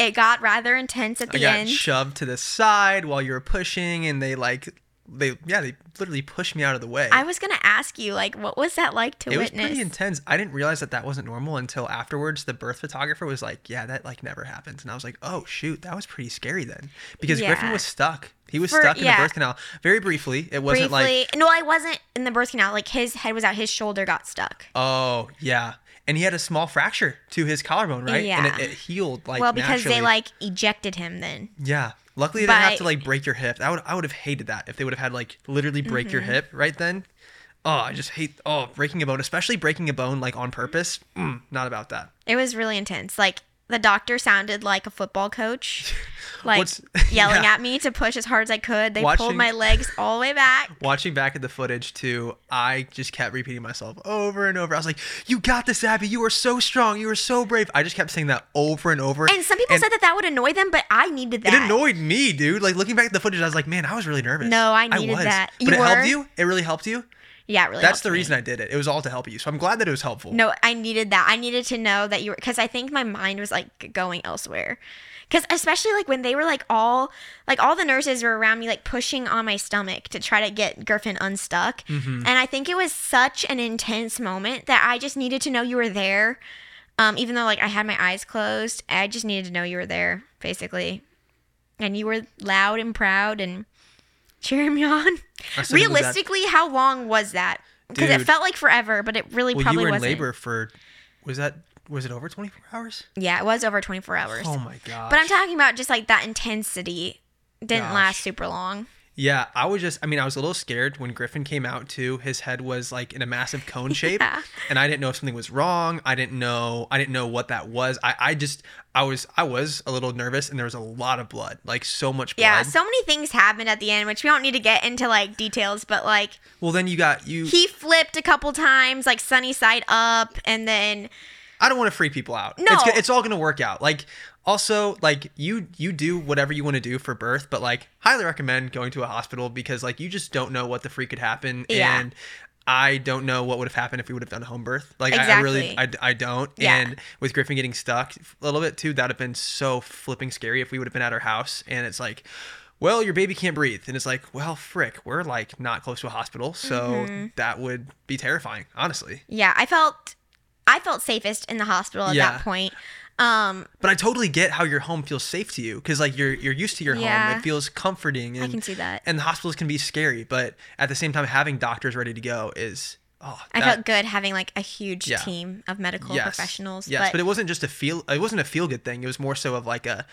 Speaker 1: it got rather intense at
Speaker 2: I
Speaker 1: the
Speaker 2: got
Speaker 1: end.
Speaker 2: shoved to the side while you were pushing, and they like they yeah they literally pushed me out of the way.
Speaker 1: I was going to ask you, like, what was that like to
Speaker 2: it was
Speaker 1: witness?
Speaker 2: pretty intense. I didn't realize that that wasn't normal until afterwards. The birth photographer was like, "Yeah, that like never happens," and I was like, "Oh shoot, that was pretty scary then," because Griffin
Speaker 1: Yeah.
Speaker 2: was stuck. He was
Speaker 1: For-
Speaker 2: stuck in
Speaker 1: yeah.
Speaker 2: the birth canal very briefly. It wasn't like
Speaker 1: Briefly, no, I wasn't in the birth canal. Like his head was out, his shoulder got stuck.
Speaker 2: oh yeah, and he had a small fracture to his collarbone, right?
Speaker 1: Yeah.
Speaker 2: And it, it healed like
Speaker 1: well, because
Speaker 2: naturally.
Speaker 1: they like ejected him then.
Speaker 2: Yeah. Luckily, they didn't have
Speaker 1: But-
Speaker 2: to like break your hip. I would I would have hated that if they would have had like literally break your
Speaker 1: Mm-hmm.
Speaker 2: hip right then. Oh, I just hate oh breaking a bone, especially breaking a bone like on purpose. Mm, not about that.
Speaker 1: It was really intense. Like the doctor sounded like a football
Speaker 2: [laughs]
Speaker 1: coach, like
Speaker 2: What's-
Speaker 1: yelling
Speaker 2: yeah.
Speaker 1: at me to push as hard as I could. They pulled
Speaker 2: Watching-
Speaker 1: my legs all the way back.
Speaker 2: Watching back at the footage too, I just kept repeating myself over and over. I was like, "You got this, Abby. You are so strong. You are so brave." I just kept saying that over and over.
Speaker 1: And some people said that that would annoy them, but I needed that.
Speaker 2: It annoyed me, dude. Like looking back at the footage, I was like, "Man, I was really nervous."
Speaker 1: No, I needed that.
Speaker 2: But
Speaker 1: You
Speaker 2: it helped
Speaker 1: were?
Speaker 2: you. It really helped you.
Speaker 1: yeah, it really.
Speaker 2: That's
Speaker 1: helped
Speaker 2: the
Speaker 1: me.
Speaker 2: reason I did it. It was all to help you. So I'm glad that it was helpful.
Speaker 1: No, I needed that. I needed to know that you were because I think my mind was like going elsewhere. Because especially like when they were like all like all the nurses were around me like pushing on my stomach to try to get Griffin unstuck,
Speaker 2: Mm-hmm.
Speaker 1: and I think it was such an intense moment that I just needed to know you were there. Um, even though like I had my eyes closed, I just needed to know you were there basically, and you were loud and proud and cheering me on.
Speaker 2: I said it was that-
Speaker 1: Realistically, how long was that? Because it
Speaker 2: Dude.
Speaker 1: felt like forever, but it really
Speaker 2: Well, you
Speaker 1: probably
Speaker 2: were in
Speaker 1: wasn't.
Speaker 2: labor for was that was it over 24 hours?
Speaker 1: Yeah, it was over 24 hours.
Speaker 2: Oh my god.
Speaker 1: but I'm talking about just like that intensity didn't
Speaker 2: Gosh.
Speaker 1: last super long.
Speaker 2: yeah, I was just I mean, I was a little scared when Griffin came out too. His head was like in a massive cone
Speaker 1: [laughs]
Speaker 2: shape
Speaker 1: Yeah.
Speaker 2: and I didn't know if something was wrong. I didn't know I didn't know what that was. I I just I was I was a little nervous and there was a lot of blood. Like so much blood.
Speaker 1: Yeah, so many things happened at the end, which we don't need to get into like details, but like
Speaker 2: well, then you got you
Speaker 1: he flipped a couple times, like sunny side up, and then
Speaker 2: I don't want to freak people out.
Speaker 1: No.
Speaker 2: It's, it's all going to work out. Like also like you you do whatever you want to do for birth, but like highly recommend going to a hospital because like you just don't know what the freak could happen
Speaker 1: Yeah.
Speaker 2: and I don't know what would have happened if we would have done home birth. Like I, I really I,
Speaker 1: Exactly.
Speaker 2: I don't.
Speaker 1: Yeah.
Speaker 2: And with Griffin getting stuck a little bit too, that'd have been so flipping scary if we would have been at our house and it's like well, your baby can't breathe. And it's like, well, frick, we're like not close to a hospital. So
Speaker 1: Mm-hmm.
Speaker 2: that would be terrifying, honestly.
Speaker 1: yeah, I felt I felt safest in the hospital at
Speaker 2: Yeah.
Speaker 1: that point. Um,
Speaker 2: But I totally get how your home feels safe to you because like you're you're used to your home.
Speaker 1: Yeah.
Speaker 2: It feels comforting and
Speaker 1: I can see that.
Speaker 2: and the hospitals can be scary, but at the same time having doctors ready to go is oh
Speaker 1: I
Speaker 2: that-
Speaker 1: felt good having like a huge
Speaker 2: Yeah.
Speaker 1: team of medical professionals.
Speaker 2: Yes, but,
Speaker 1: but
Speaker 2: it wasn't just a feel it wasn't a feel good thing. It was more so of like a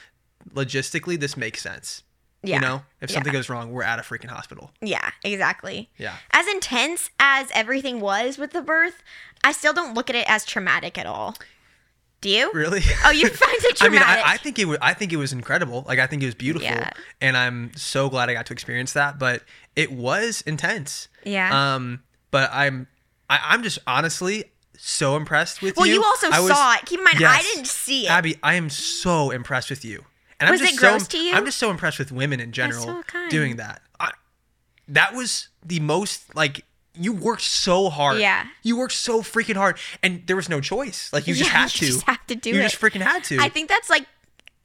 Speaker 2: logistically this makes sense.
Speaker 1: Yeah.
Speaker 2: You know? If
Speaker 1: Yeah. Oh,
Speaker 2: something goes wrong, we're at a
Speaker 1: [laughs]
Speaker 2: freaking hospital.
Speaker 1: yeah, exactly.
Speaker 2: Yeah.
Speaker 1: as intense as everything was with the birth, I still don't look at it as traumatic at all. Do you?
Speaker 2: Really?
Speaker 1: Oh, you find it
Speaker 2: [laughs] I mean,
Speaker 1: traumatic.
Speaker 2: I, I think it was. I think it was incredible. Like I think it was beautiful,
Speaker 1: Yeah.
Speaker 2: and I'm so glad I got to experience that. But it was intense.
Speaker 1: Yeah.
Speaker 2: Um. But I'm. I, I'm just honestly so impressed with
Speaker 1: well,
Speaker 2: you.
Speaker 1: you, also
Speaker 2: I was-
Speaker 1: saw it. Keep in mind, I
Speaker 2: Yes.
Speaker 1: didn't see it.
Speaker 2: Abby, I am so impressed with you. And
Speaker 1: Was
Speaker 2: I'm just
Speaker 1: it
Speaker 2: so,
Speaker 1: gross to you?
Speaker 2: I'm just so impressed with women in general
Speaker 1: so kind.
Speaker 2: doing that. I, that was the most like you worked so hard.
Speaker 1: Yeah.
Speaker 2: You worked so freaking hard, and there was no choice.
Speaker 1: [laughs]
Speaker 2: Like you just
Speaker 1: Yeah,
Speaker 2: had
Speaker 1: you
Speaker 2: to.
Speaker 1: just have to do
Speaker 2: You
Speaker 1: it.
Speaker 2: just freaking had to.
Speaker 1: I think that's like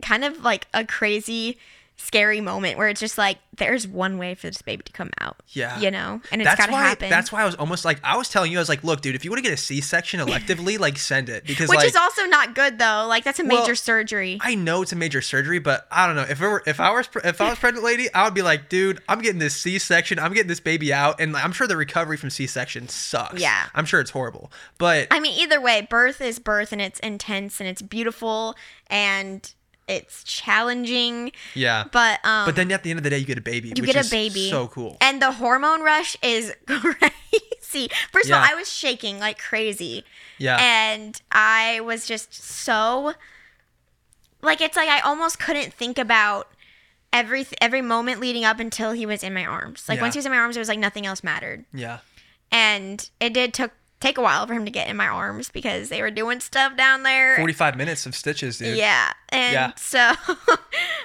Speaker 1: kind of like a crazy scary moment where it's just like there's one way for this baby to come out.
Speaker 2: Yeah.
Speaker 1: You know, and it's
Speaker 2: That's
Speaker 1: got to
Speaker 2: why.
Speaker 1: happen.
Speaker 2: That's why I was almost like I was telling you I was like, look, dude, if you want to get
Speaker 1: [laughs]
Speaker 2: a C-section electively, like send it because
Speaker 1: Which
Speaker 2: like
Speaker 1: is also not good though. Like that's a
Speaker 2: Well,
Speaker 1: major surgery.
Speaker 2: I know it's a major surgery, but I don't know if it were, if I was pre- if I was pregnant lady, I would be like, dude, I'm getting this C-section, I'm getting this baby out, and like, I'm sure the recovery from C-section sucks.
Speaker 1: Yeah.
Speaker 2: I'm sure it's horrible, but
Speaker 1: I mean, either way, birth is birth and it's intense and it's beautiful and it's challenging.
Speaker 2: yeah.
Speaker 1: But um
Speaker 2: But then at the end of the day, you get a baby.
Speaker 1: you
Speaker 2: which
Speaker 1: get a
Speaker 2: is
Speaker 1: baby.
Speaker 2: So cool.
Speaker 1: And the hormone rush is [laughs] crazy. First of
Speaker 2: Yeah.
Speaker 1: all, I was shaking like crazy.
Speaker 2: Yeah.
Speaker 1: And I was just so like it's like I almost couldn't think about every every moment leading up until he was in my arms. Like
Speaker 2: Yeah.
Speaker 1: once he was in my arms, it was like nothing else mattered.
Speaker 2: yeah.
Speaker 1: And it did took take a while for him to get in my arms because they were doing stuff down there.
Speaker 2: Forty-five minutes of stitches, dude.
Speaker 1: Yeah. And
Speaker 2: Yeah.
Speaker 1: so [laughs]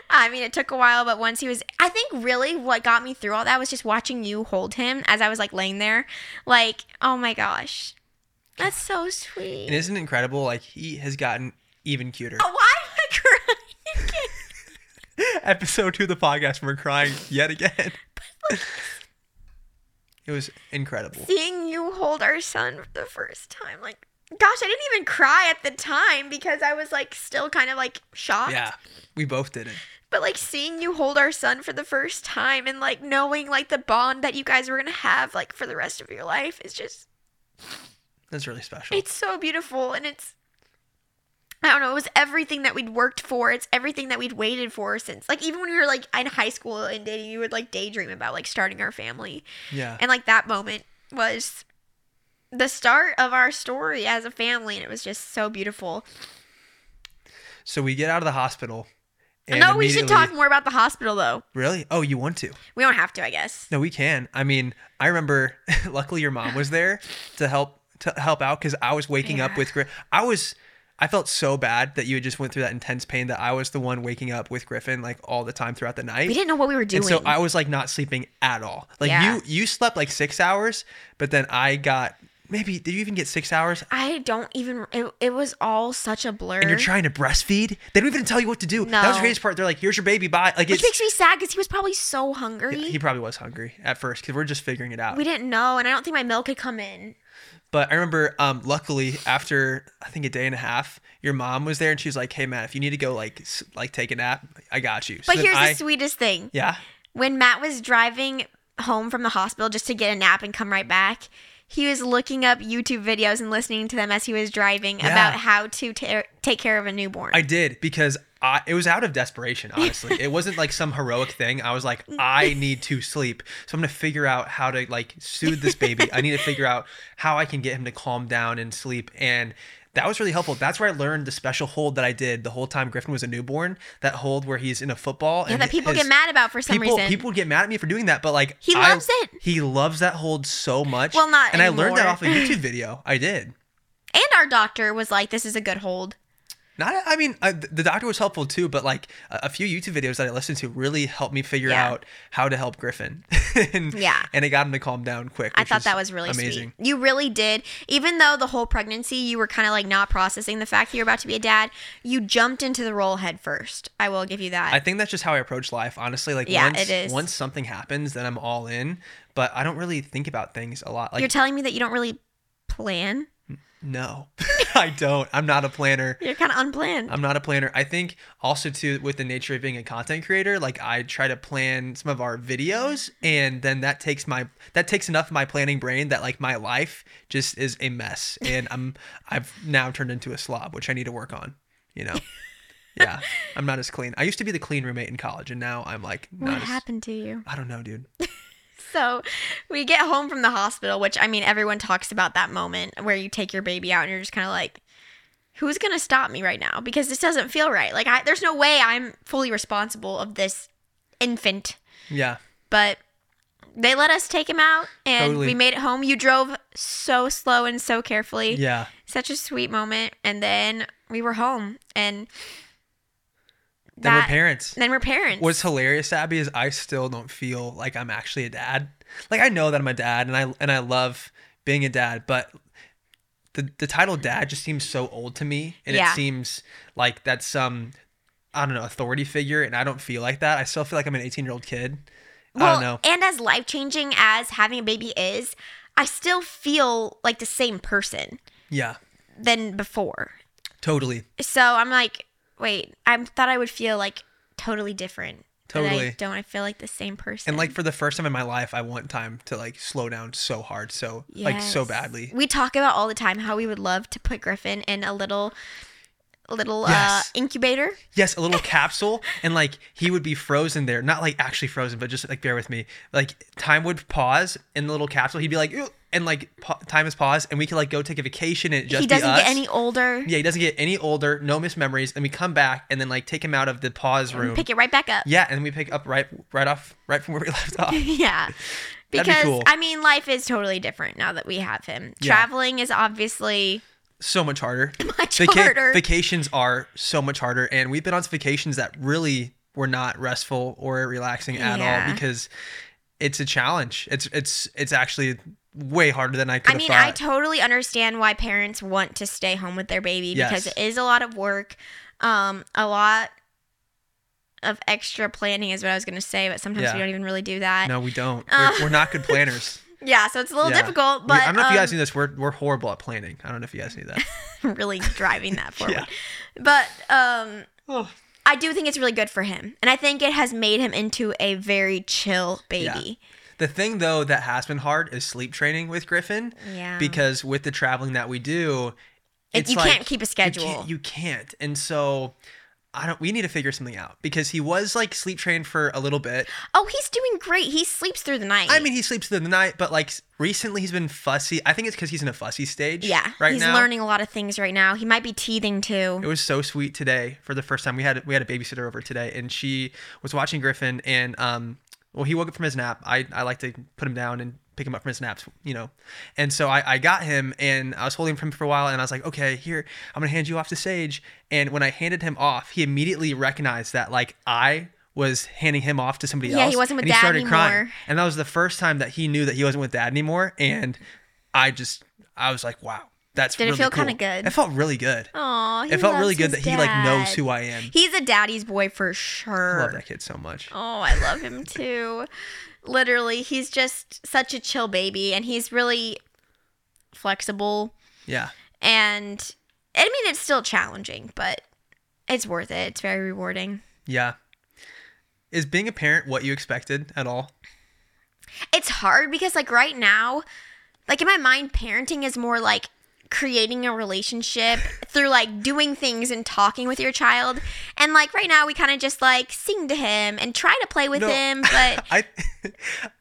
Speaker 1: I mean it took a while, but once he was I think really what got me through all that was just watching you hold him as I was like laying there. Like, oh my gosh. That's so sweet.
Speaker 2: And isn't it incredible? Like he has gotten even cuter.
Speaker 1: Oh, Why am I [laughs] crying again?
Speaker 2: [laughs] Episode two of the podcast, we're crying
Speaker 1: [laughs]
Speaker 2: yet again. it was incredible.
Speaker 1: Seeing you hold our son for the first time, like gosh, I didn't even cry at the time because I was like still kind of like shocked.
Speaker 2: Yeah, we both did it.
Speaker 1: But like seeing you hold our son for the first time and like knowing like the bond that you guys were gonna have like for the rest of your life is just
Speaker 2: That's really special.
Speaker 1: It's so beautiful and it's I don't know, it was everything that we'd worked for. It's everything that we'd waited for since like even when we were like in high school and dating, you would like daydream about like starting our family.
Speaker 2: yeah,
Speaker 1: And like that moment was the start of our story as a family and it was just so beautiful.
Speaker 2: So we get out of the hospital. And
Speaker 1: no, we should
Speaker 2: immediately-
Speaker 1: talk more about the hospital though.
Speaker 2: Really? Oh, you want to?
Speaker 1: We don't have to, I guess.
Speaker 2: No, we can. I mean, I remember. [laughs] luckily, your mom was there to help to help out because I was waking up
Speaker 1: Yeah.
Speaker 2: with Griff. I was. I felt so bad that you had just went through that intense pain that I was the one waking up with Griffin like all the time throughout the night.
Speaker 1: We didn't know what we were doing.
Speaker 2: and so I was like not sleeping at all. Like
Speaker 1: Yeah.
Speaker 2: you, you slept like six hours, but then I got maybe. Did you even get six hours?
Speaker 1: I don't even it, it was all such a blur.
Speaker 2: And you're trying to breastfeed. They don't even tell you what to do. That was the
Speaker 1: No.
Speaker 2: craziest part. They're like, "Here's your baby. Bye." Like
Speaker 1: which
Speaker 2: it's
Speaker 1: makes me sad because he was probably so hungry.
Speaker 2: he probably was hungry at first because we're just figuring it out.
Speaker 1: We didn't know, and I don't think my milk had come in.
Speaker 2: But I remember, um, luckily, after I think a day and a half, your mom was there and she was like, "Hey, man, if you need to go, like, s- like take a nap, I got you." So
Speaker 1: But
Speaker 2: then
Speaker 1: here's
Speaker 2: I-
Speaker 1: the sweetest thing.
Speaker 2: yeah,
Speaker 1: When Matt was driving home from the hospital just to get a nap and come right back, he was looking up YouTube videos and listening to them as he was driving
Speaker 2: Yeah.
Speaker 1: about how to ta- take care of a newborn.
Speaker 2: I did because I it was out of desperation. Honestly, it wasn't like some heroic thing. I was like, I need to sleep, so I'm gonna figure out how to like soothe this baby. I need to figure out how I can get him to calm down and sleep and. That was really helpful. That's where I learned the special hold that I did the whole time Griffin was a newborn. That hold where he's in a football.
Speaker 1: yeah,
Speaker 2: and
Speaker 1: that people
Speaker 2: his-
Speaker 1: get mad about for some
Speaker 2: people
Speaker 1: reason.
Speaker 2: people get mad at me for doing that, but like
Speaker 1: He
Speaker 2: I-
Speaker 1: loves it.
Speaker 2: He loves that hold so much.
Speaker 1: Well, not
Speaker 2: and I learned that
Speaker 1: anymore.
Speaker 2: off a YouTube video. I did.
Speaker 1: and our doctor was like, "This is a good hold."
Speaker 2: Not. I mean, I, the doctor was helpful too, but like a, a few YouTube videos that I listened to really helped me figure
Speaker 1: Yeah.
Speaker 2: out how to help Griffin. [laughs] and,
Speaker 1: Yeah.
Speaker 2: and it got him to calm down quick.
Speaker 1: I
Speaker 2: which
Speaker 1: thought
Speaker 2: is
Speaker 1: that was really
Speaker 2: amazing.
Speaker 1: Sweet. You really did. Even though the whole pregnancy you were kind of like not processing the fact that you're about to be a dad, you jumped into the role head first. I will give you that.
Speaker 2: I think that's just how I approach life, honestly. Like
Speaker 1: Yeah,
Speaker 2: once
Speaker 1: it is.
Speaker 2: once something happens, then I'm all in. But I don't really think about things a lot. Like
Speaker 1: You're telling me that you don't really plan.
Speaker 2: no, [laughs] I don't. I'm not a planner.
Speaker 1: You're kind of unplanned.
Speaker 2: I'm not a planner. I think also too with the nature of being a content creator, like I try to plan some of our videos and then that takes my that takes enough of my planning brain that like my life just is a mess and
Speaker 1: [laughs]
Speaker 2: I'm I've now turned into a slob, which I need to work on, you know. Yeah. I'm not as clean. I used to be the clean roommate in college and now I'm like not
Speaker 1: what
Speaker 2: as-
Speaker 1: happened to you?
Speaker 2: I don't know, dude.
Speaker 1: So, we get home from the hospital, which I mean, everyone talks about that moment where you take your baby out and you're just kind of like, who's going to stop me right now? Because this doesn't feel right. Like, I, there's no way I'm fully responsible of this infant.
Speaker 2: Yeah.
Speaker 1: But they let us take him out and
Speaker 2: Totally.
Speaker 1: we made it home. You drove so slow and so carefully.
Speaker 2: Yeah.
Speaker 1: Such a sweet moment. And then we were home and
Speaker 2: Then we're
Speaker 1: that-
Speaker 2: parents.
Speaker 1: then we're parents.
Speaker 2: What's hilarious, Abby, is I still don't feel like I'm actually a dad. Like I know that I'm a dad, and I and I love being a dad, but the the title dad just seems so old to me, and
Speaker 1: Yeah.
Speaker 2: it seems like that's some I don't know, authority figure, and I don't feel like that. I still feel like I'm an 18 year old kid. I
Speaker 1: Well,
Speaker 2: don't know.
Speaker 1: and as life changing as having a baby is, I still feel like the same person
Speaker 2: Yeah,
Speaker 1: than before.
Speaker 2: totally.
Speaker 1: So I'm like, wait, I thought I would feel like totally different. But I
Speaker 2: Totally.
Speaker 1: don't. I feel like the same person.
Speaker 2: And like for the first time in my life, I want time to like slow down so hard, so like so
Speaker 1: Yes.
Speaker 2: badly.
Speaker 1: We talk about all the time how we would love to put Griffin in a little, little
Speaker 2: Yes.
Speaker 1: uh, incubator.
Speaker 2: Yes, a little capsule, and like he would be frozen there, not like actually frozen, but just like bear with me. Like time would pause in the little capsule. He'd be like, "Ew," and like pa- time is paused, and we could like go take a vacation. And it'd just
Speaker 1: he doesn't
Speaker 2: be us.
Speaker 1: get any older.
Speaker 2: Yeah, he doesn't get any older. No missed memories, and we come back and then like take him out of the pause room.
Speaker 1: Pick it right back up.
Speaker 2: Yeah, and we pick up right right off right from where we [laughs] left
Speaker 1: [laughs]
Speaker 2: off.
Speaker 1: yeah.
Speaker 2: That'd be
Speaker 1: Because
Speaker 2: cool.
Speaker 1: I mean, life is totally different now that we have him.
Speaker 2: Yeah.
Speaker 1: Traveling is obviously [laughs]
Speaker 2: So much harder.
Speaker 1: much
Speaker 2: Vaca-
Speaker 1: harder.
Speaker 2: Vacations are so much harder, and we've been on vacations that really were not restful or relaxing at
Speaker 1: Yeah.
Speaker 2: all because it's a challenge. It's it's it's actually way harder than I could
Speaker 1: I
Speaker 2: have
Speaker 1: mean,
Speaker 2: thought.
Speaker 1: I totally understand why parents want to stay home with their baby because it
Speaker 2: Yes.
Speaker 1: is a lot of work, um, a lot of extra planning is what I was going to say, but sometimes
Speaker 2: Yeah.
Speaker 1: we don't even really do that.
Speaker 2: no, we don't.
Speaker 1: Uh,
Speaker 2: we're, we're not
Speaker 1: [laughs]
Speaker 2: good planners.
Speaker 1: Yeah, so it's a little
Speaker 2: Yeah.
Speaker 1: difficult,
Speaker 2: We-
Speaker 1: but
Speaker 2: I don't know if you guys
Speaker 1: um,
Speaker 2: knew this. We're we're horrible at planning. I don't know if you guys knew
Speaker 1: [laughs]
Speaker 2: that.
Speaker 1: really driving
Speaker 2: [laughs]
Speaker 1: that forward.
Speaker 2: Yeah.
Speaker 1: But um,
Speaker 2: Oh.
Speaker 1: I do think it's really good for him, and I think it has made him into a very chill baby.
Speaker 2: The thing though that has been hard is sleep training with Griffin.
Speaker 1: Yeah,
Speaker 2: because with the traveling that we do,
Speaker 1: It-
Speaker 2: it's
Speaker 1: you
Speaker 2: like,
Speaker 1: can't keep a schedule.
Speaker 2: You can't, you can't, and so I don't. We need to figure something out because he was like sleep trained for a little bit.
Speaker 1: oh, he's doing great. He sleeps through the night.
Speaker 2: I mean, he sleeps through the night, but like recently he's been fussy. I think it's because he's in a fussy stage.
Speaker 1: yeah,
Speaker 2: right
Speaker 1: he's
Speaker 2: now.
Speaker 1: learning a lot of things right now. He might be teething too.
Speaker 2: It was so sweet today for the first time. We had we had a babysitter over today, and she was watching Griffin, and um, well, he woke up from his nap. I I like to put him down and pick him up from his naps, you know, and so I I got him, and I was holding him for him for a while, and I was like, okay, here I'm gonna hand you off to Sage, and when I handed him off, he immediately recognized that like I was handing him off to somebody
Speaker 1: Yeah, he
Speaker 2: else.
Speaker 1: wasn't with
Speaker 2: and he
Speaker 1: dad
Speaker 2: started crying,
Speaker 1: anymore.
Speaker 2: and that was the first time that he knew that he wasn't with dad anymore, and I just I was like, wow. That's
Speaker 1: Did it
Speaker 2: really
Speaker 1: feel
Speaker 2: cool.
Speaker 1: kinda good?
Speaker 2: It felt really good
Speaker 1: Aw, he
Speaker 2: it felt
Speaker 1: loves
Speaker 2: really good that
Speaker 1: his
Speaker 2: he like knows
Speaker 1: dad.
Speaker 2: who I am.
Speaker 1: He's a daddy's boy for
Speaker 2: I
Speaker 1: sure.
Speaker 2: love that kid so much.
Speaker 1: Oh, I love him too. Literally, he's just such a chill baby and he's really flexible
Speaker 2: Yeah,
Speaker 1: and I mean it's still challenging, but it's worth it. It's very rewarding.
Speaker 2: yeah. Is being a parent what you expected at all? [laughs]
Speaker 1: It's hard because like right now, like in my mind parenting is more like creating a
Speaker 2: [laughs]
Speaker 1: relationship through like doing things and talking with your child. And like right now we kind of just like sing to him and try to play with
Speaker 2: No.
Speaker 1: him, but
Speaker 2: I,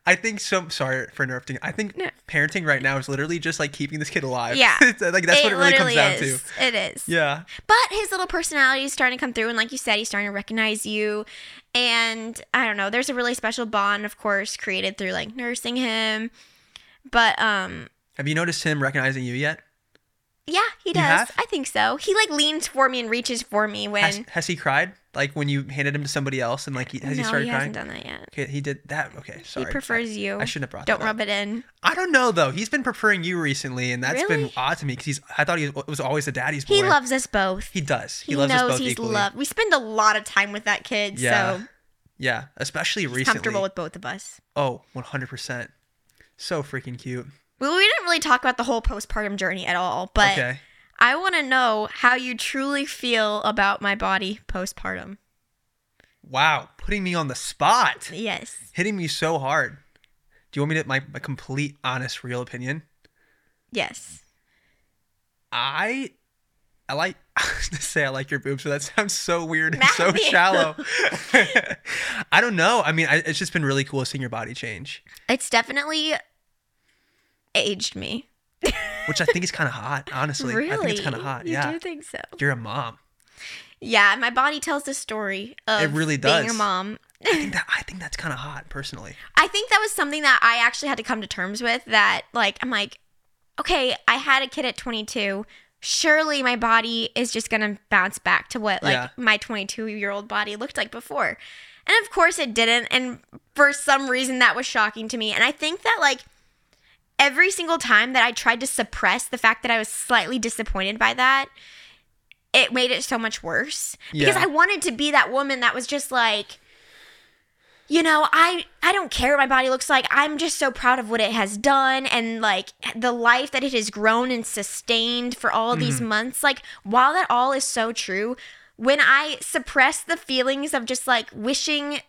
Speaker 2: I think some. Sorry for interrupting. I think
Speaker 1: No.
Speaker 2: parenting right now is literally just like keeping this kid alive.
Speaker 1: Yeah.
Speaker 2: [laughs] It's, uh, like [laughs] that's
Speaker 1: it
Speaker 2: what it really comes
Speaker 1: literally
Speaker 2: down to.
Speaker 1: is. It is.
Speaker 2: Yeah,
Speaker 1: But his little personality is starting to come through, and like you said, he's starting to recognize you. And I don't know, there's a really special bond, of course, created through like nursing him. But um,
Speaker 2: have you noticed him recognizing you yet?
Speaker 1: yeah, he does.
Speaker 2: have?
Speaker 1: I think so. He like leans for me and reaches for me when.
Speaker 2: Has, has he cried like when you handed him to somebody else and like he, has
Speaker 1: no,
Speaker 2: he started
Speaker 1: hasn't
Speaker 2: crying?
Speaker 1: done that yet.
Speaker 2: Okay, he did that. Okay, sorry.
Speaker 1: he prefers you.
Speaker 2: I shouldn't have brought
Speaker 1: Don't
Speaker 2: that up.
Speaker 1: rub it in.
Speaker 2: I don't know though. He's been preferring you recently, and that's been
Speaker 1: Really?
Speaker 2: odd to me because he's. I thought he was, was always the daddy's boy.
Speaker 1: He loves us both.
Speaker 2: He does. He,
Speaker 1: He,
Speaker 2: loves us
Speaker 1: knows
Speaker 2: both
Speaker 1: he's
Speaker 2: equally.
Speaker 1: loved. We spend a lot of time with that kid,
Speaker 2: Yeah,
Speaker 1: so
Speaker 2: Yeah, especially
Speaker 1: he's
Speaker 2: recently.
Speaker 1: comfortable with both of us.
Speaker 2: oh, 100%. So freaking cute.
Speaker 1: We, we didn't really talk about the whole postpartum journey at all, but
Speaker 2: okay.
Speaker 1: I want to know how you truly feel about my body postpartum.
Speaker 2: Wow, putting me on the spot.
Speaker 1: Yes.
Speaker 2: Hitting me so hard. Do you want me to my, my complete honest real opinion?
Speaker 1: Yes.
Speaker 2: I I like [laughs] I was gonna say I like your boobs, but that sounds so weird and
Speaker 1: Matt,
Speaker 2: so
Speaker 1: me- [laughs]
Speaker 2: shallow. [laughs] I don't know. I mean, I, it's just been really cool seeing your body change,
Speaker 1: It's definitely aged me.
Speaker 2: which I think is kind of hot, honestly.
Speaker 1: really?
Speaker 2: I think it's kind of hot.
Speaker 1: You
Speaker 2: yeah.
Speaker 1: do think so?
Speaker 2: You're a mom.
Speaker 1: Yeah, my body tells the story of
Speaker 2: It really
Speaker 1: being
Speaker 2: does.
Speaker 1: a mom.
Speaker 2: I think that I think that's kind of hot personally.
Speaker 1: I think that was something that I actually had to come to terms with that like I'm like okay, I had a kid at 22. Surely my body is just going to bounce back to what like
Speaker 2: Yeah.
Speaker 1: my 22-year-old body looked like before. And of course it didn't and for some reason that was shocking to me. And I think that like every single time that I tried to suppress the fact that I was slightly disappointed by that, it made it so much worse because
Speaker 2: Yeah.
Speaker 1: I wanted to be that woman that was just like you know, I I don't care what my body looks like. I'm just so proud of what it has done and like the life that it has grown and sustained for all of
Speaker 2: Mm-hmm.
Speaker 1: these months. Like while that all is so true, when I suppressed the feelings of just like wishing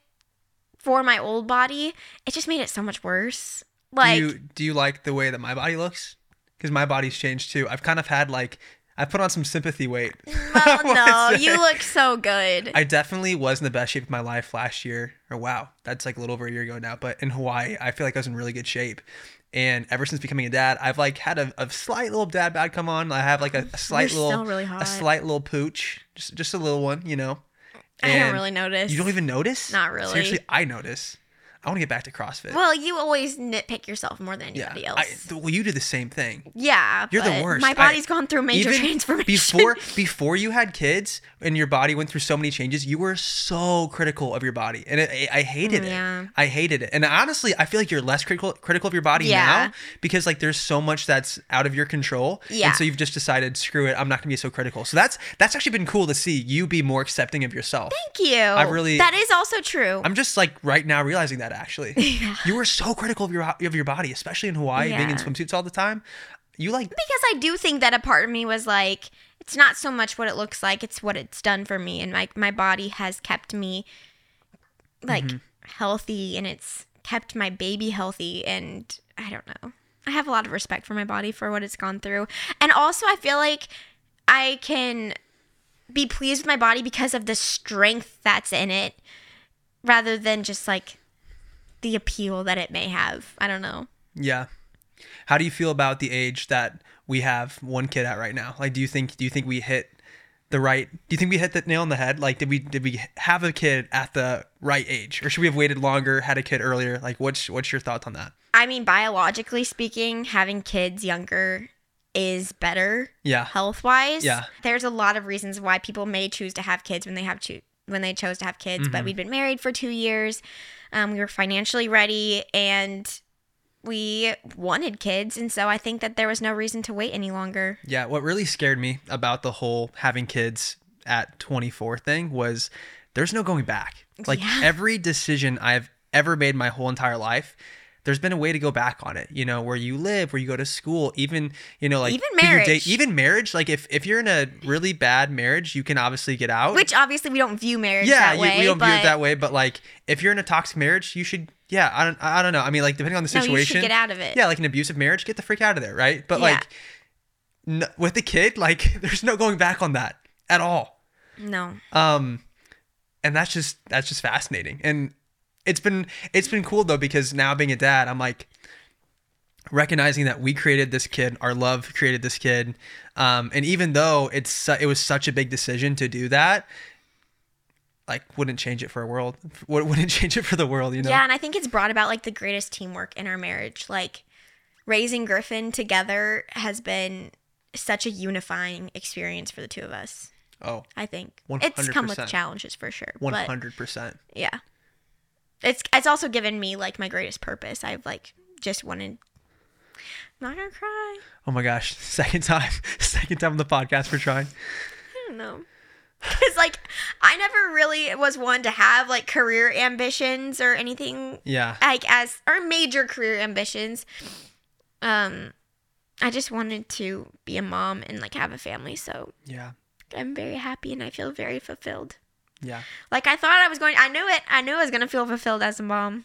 Speaker 1: for my old body, it just made it so much worse. Like
Speaker 2: do you do you like the way that my body looks? Because my body's changed too. I've kind of had like I put on some sympathy weight.
Speaker 1: [laughs]
Speaker 2: [laughs]
Speaker 1: Well,
Speaker 2: I
Speaker 1: no,
Speaker 2: would
Speaker 1: you
Speaker 2: say.
Speaker 1: look so good.
Speaker 2: I definitely was in the best shape of my life last year. Or wow, that's like a little over a year ago now. But in Hawaii, I feel like I was in really good shape. And ever since becoming a dad, I've like had a, a slight little dad bod come on. I have
Speaker 1: [laughs]
Speaker 2: like a, a slight
Speaker 1: You're
Speaker 2: little,
Speaker 1: still really hot.
Speaker 2: a slight little pooch, just just a little one, you know.
Speaker 1: I don't
Speaker 2: And
Speaker 1: really notice.
Speaker 2: You don't even notice?
Speaker 1: Not really.
Speaker 2: Seriously, I notice. I want to get back to CrossFit.
Speaker 1: Well, you always nitpick yourself more than
Speaker 2: yeah.
Speaker 1: anybody
Speaker 2: I,
Speaker 1: else.
Speaker 2: th- well, you do the same thing.
Speaker 1: yeah,
Speaker 2: You're the
Speaker 1: but
Speaker 2: worst. I-
Speaker 1: My body's gone through major [laughs]
Speaker 2: Even
Speaker 1: transformation.
Speaker 2: Before before you had kids and your body went through so many changes, you were so critical of your body, and it, I, I hated
Speaker 1: Yeah.
Speaker 2: it. I hated it, and honestly, I feel like you're less critical critical of your body
Speaker 1: Yeah.
Speaker 2: now because like there's so much that's out of your control,
Speaker 1: Yeah.
Speaker 2: And so you've just decided, screw it, I'm not gonna be so critical. So that's that's actually been cool to see you be more accepting of yourself.
Speaker 1: Thank you.
Speaker 2: really-
Speaker 1: That is also true.
Speaker 2: I'm just like right now realizing that actually, you were so critical of your of your body, especially in Hawaii, being in
Speaker 1: Yeah.
Speaker 2: swimsuits all the time. You like
Speaker 1: because I do think that a part of me was like, it's not so much what it looks like, it's what it's done for me. And like my body has kept me like
Speaker 2: Mm-hmm.
Speaker 1: healthy and it's kept my baby healthy. And I don't know. I have a lot of respect for my body for what it's gone through. And also, I feel like I can be pleased with my body because of the strength that's in it rather than just like the appeal that it may have. I don't know.
Speaker 2: Yeah. How do you feel about the age that we have one kid at right now? Like, do you think do you think we hit the right? Do you think we hit the nail on the head? Like, did we did we have a kid at the right age, or should we have waited longer, had a kid earlier? Like, what's what's your thoughts on that?
Speaker 1: I mean, biologically speaking, having kids younger is better
Speaker 2: Yeah.
Speaker 1: health wise.
Speaker 2: Yeah.
Speaker 1: There's a lot of reasons why people may choose to have kids when they have cho- when they chose to have kids,
Speaker 2: Mm-hmm.
Speaker 1: but we'd been married for two years. Um, we were financially ready and we wanted kids. And so I think that there was no reason to wait any longer.
Speaker 2: Yeah, what really scared me about the whole having kids at 24 thing was there's no going back. Like
Speaker 1: Yeah.
Speaker 2: every decision I've ever made my whole entire life, there's been a way to go back on it. You know, where you live, where you go to school, even you know, like
Speaker 1: Even
Speaker 2: who you
Speaker 1: marriage.
Speaker 2: even marriage. Like if if you're in a really bad marriage, you can obviously get out.
Speaker 1: Which obviously we don't view marriage
Speaker 2: yeah,
Speaker 1: that
Speaker 2: you,
Speaker 1: way.
Speaker 2: we don't
Speaker 1: but
Speaker 2: view it that way. But like if you're in a toxic marriage, you should. Yeah, I don't. I don't know. I mean, like depending on the
Speaker 1: no,
Speaker 2: situation,
Speaker 1: you should get out of it.
Speaker 2: yeah, like an abusive marriage, get the freak out of there, right? But
Speaker 1: Yeah.
Speaker 2: like n- with the kid, like [laughs] there's no going back on that at all.
Speaker 1: No.
Speaker 2: Um and that's just that's just fascinating. And it's been it's been cool though because now being a dad, I'm like recognizing that we created this kid, our love created this kid. Um and even though it's su- it was such a big decision to do that, like wouldn't change it for a world. [laughs] Wou- Wouldn't change it for the world, you know.
Speaker 1: Yeah, and I think it's brought about like the greatest teamwork in our marriage. Like raising Griffin together has been such a unifying experience for the two of us.
Speaker 2: Oh,
Speaker 1: I think it's come with
Speaker 2: 100%.
Speaker 1: challenges for sure, but
Speaker 2: 100%.
Speaker 1: yeah, it's it's also given me like my greatest purpose. I've like just wanted. I'm not gonna cry.
Speaker 2: Oh my gosh, [laughs] second time, second time on the podcast we're trying.
Speaker 1: I don't know. [laughs] Cause like I never really was one to have like career ambitions or anything
Speaker 2: Yeah,
Speaker 1: like as our major career ambitions um i just wanted to be a mom and like have a family so
Speaker 2: yeah,
Speaker 1: i'm very happy and i feel very fulfilled
Speaker 2: yeah,
Speaker 1: like i thought i was going i knew it i knew i was going to feel fulfilled as a mom and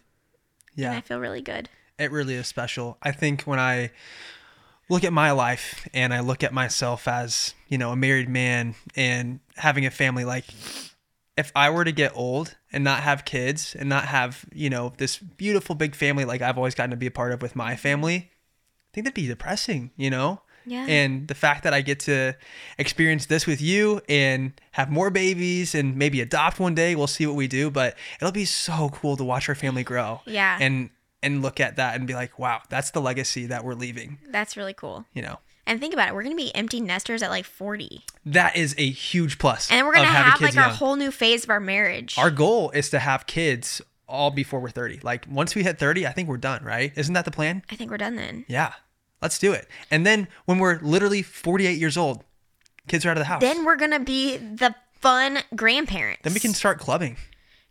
Speaker 2: yeah.
Speaker 1: i feel really good
Speaker 2: It really is special. I think when I look at my life and I look at myself as, you know, a married man and having a family, like if I were to get old and not have kids and not have, you know, this beautiful big family like I've always gotten to be a part of with my family, I think that'd be depressing, you know?
Speaker 1: yeah
Speaker 2: and the fact that I get to experience this with you and have more babies and maybe adopt one day, we'll see what we do, but it'll be so cool to watch our family grow.
Speaker 1: Yeah.
Speaker 2: And and look at that and be like, wow, that's the legacy that we're leaving,
Speaker 1: that's really cool
Speaker 2: you know.
Speaker 1: and think about it we're going to be empty nesters at like 40
Speaker 2: That is a huge plus.
Speaker 1: and then we're
Speaker 2: of
Speaker 1: going to
Speaker 2: having
Speaker 1: have like
Speaker 2: kids
Speaker 1: our
Speaker 2: young.
Speaker 1: whole new phase of our marriage
Speaker 2: Our goal is to have kids all before we're 30. Like once we hit 30, I think we're done, right? Isn't that the plan?
Speaker 1: i think we're done then
Speaker 2: Yeah. Let's do it. And then when we're literally 48 years old, Kids are out of the house.
Speaker 1: Then we're gonna be the fun grandparents.
Speaker 2: Then we can start clubbing.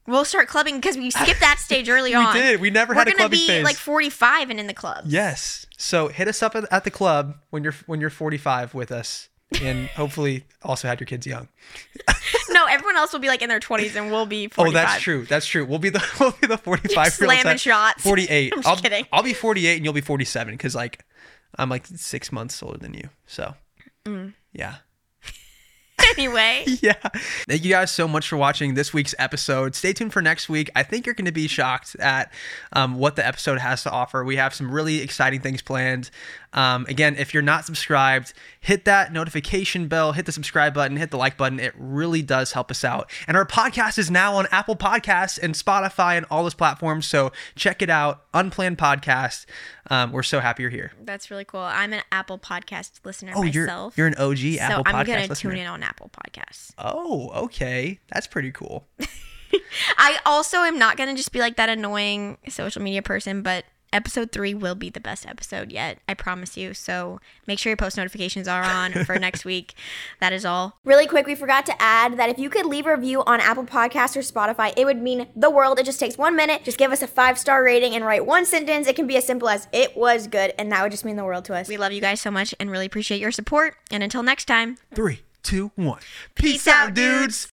Speaker 1: We'll start clubbing because we skipped
Speaker 2: [laughs]
Speaker 1: that stage early
Speaker 2: We
Speaker 1: on.
Speaker 2: did. We never
Speaker 1: We're
Speaker 2: had a
Speaker 1: gonna
Speaker 2: clubbing
Speaker 1: be
Speaker 2: phase.
Speaker 1: like 45 and in the club.
Speaker 2: yes. So hit us up at, at the club when you're when you're 45 with us,
Speaker 1: [laughs]
Speaker 2: and hopefully also had your kids young.
Speaker 1: [laughs] No, everyone else will be like in their 20s and we'll be 45.
Speaker 2: [laughs] Oh, that's true. That's true. We'll be the [laughs] we'll be the 45 year olds
Speaker 1: slamming
Speaker 2: that-
Speaker 1: shots. [laughs]
Speaker 2: 48.
Speaker 1: I'm just
Speaker 2: will
Speaker 1: kidding.
Speaker 2: I'll be 48 and you'll be 47 because like I'm like six months older than you. So
Speaker 1: Mm.
Speaker 2: yeah.
Speaker 1: [laughs]
Speaker 2: [laughs]
Speaker 1: Anyway,
Speaker 2: yeah. Thank you guys so much for watching this week's episode. Stay tuned for next week. I think you're going to be shocked at um, what the episode has to offer. We have some really exciting things planned. Um, again, if you're not subscribed, hit that notification bell, hit the subscribe button, hit the like button. It really does help us out. And our podcast is now on Apple Podcasts and Spotify and all those platforms. So check it out. Unplanned Podcast. Um, we're so happy you're here.
Speaker 1: that's really cool. I'm an Apple podcast listener
Speaker 2: Oh, you're,
Speaker 1: myself.
Speaker 2: you're an OG
Speaker 1: so
Speaker 2: Apple
Speaker 1: I'm
Speaker 2: Podcast
Speaker 1: gonna
Speaker 2: listener.
Speaker 1: tune in on Apple Podcasts.
Speaker 2: Oh, okay. That's pretty cool.
Speaker 1: I also am not gonna just be like that annoying social media person, but episode three will be the best episode yet. I promise you. So make sure your post notifications are on for next week. That is all.
Speaker 3: Really quick, we forgot to add that if you could leave a review on Apple Podcasts or Spotify, it would mean the world. It just takes one minute. Just give us a five star rating and write one sentence. It can be as simple as "It was good," and that would just mean the world to us.
Speaker 1: We love you guys so much and really appreciate your support. And until next time.
Speaker 2: Three, two, one. Peace,
Speaker 1: out,
Speaker 2: out, dudes.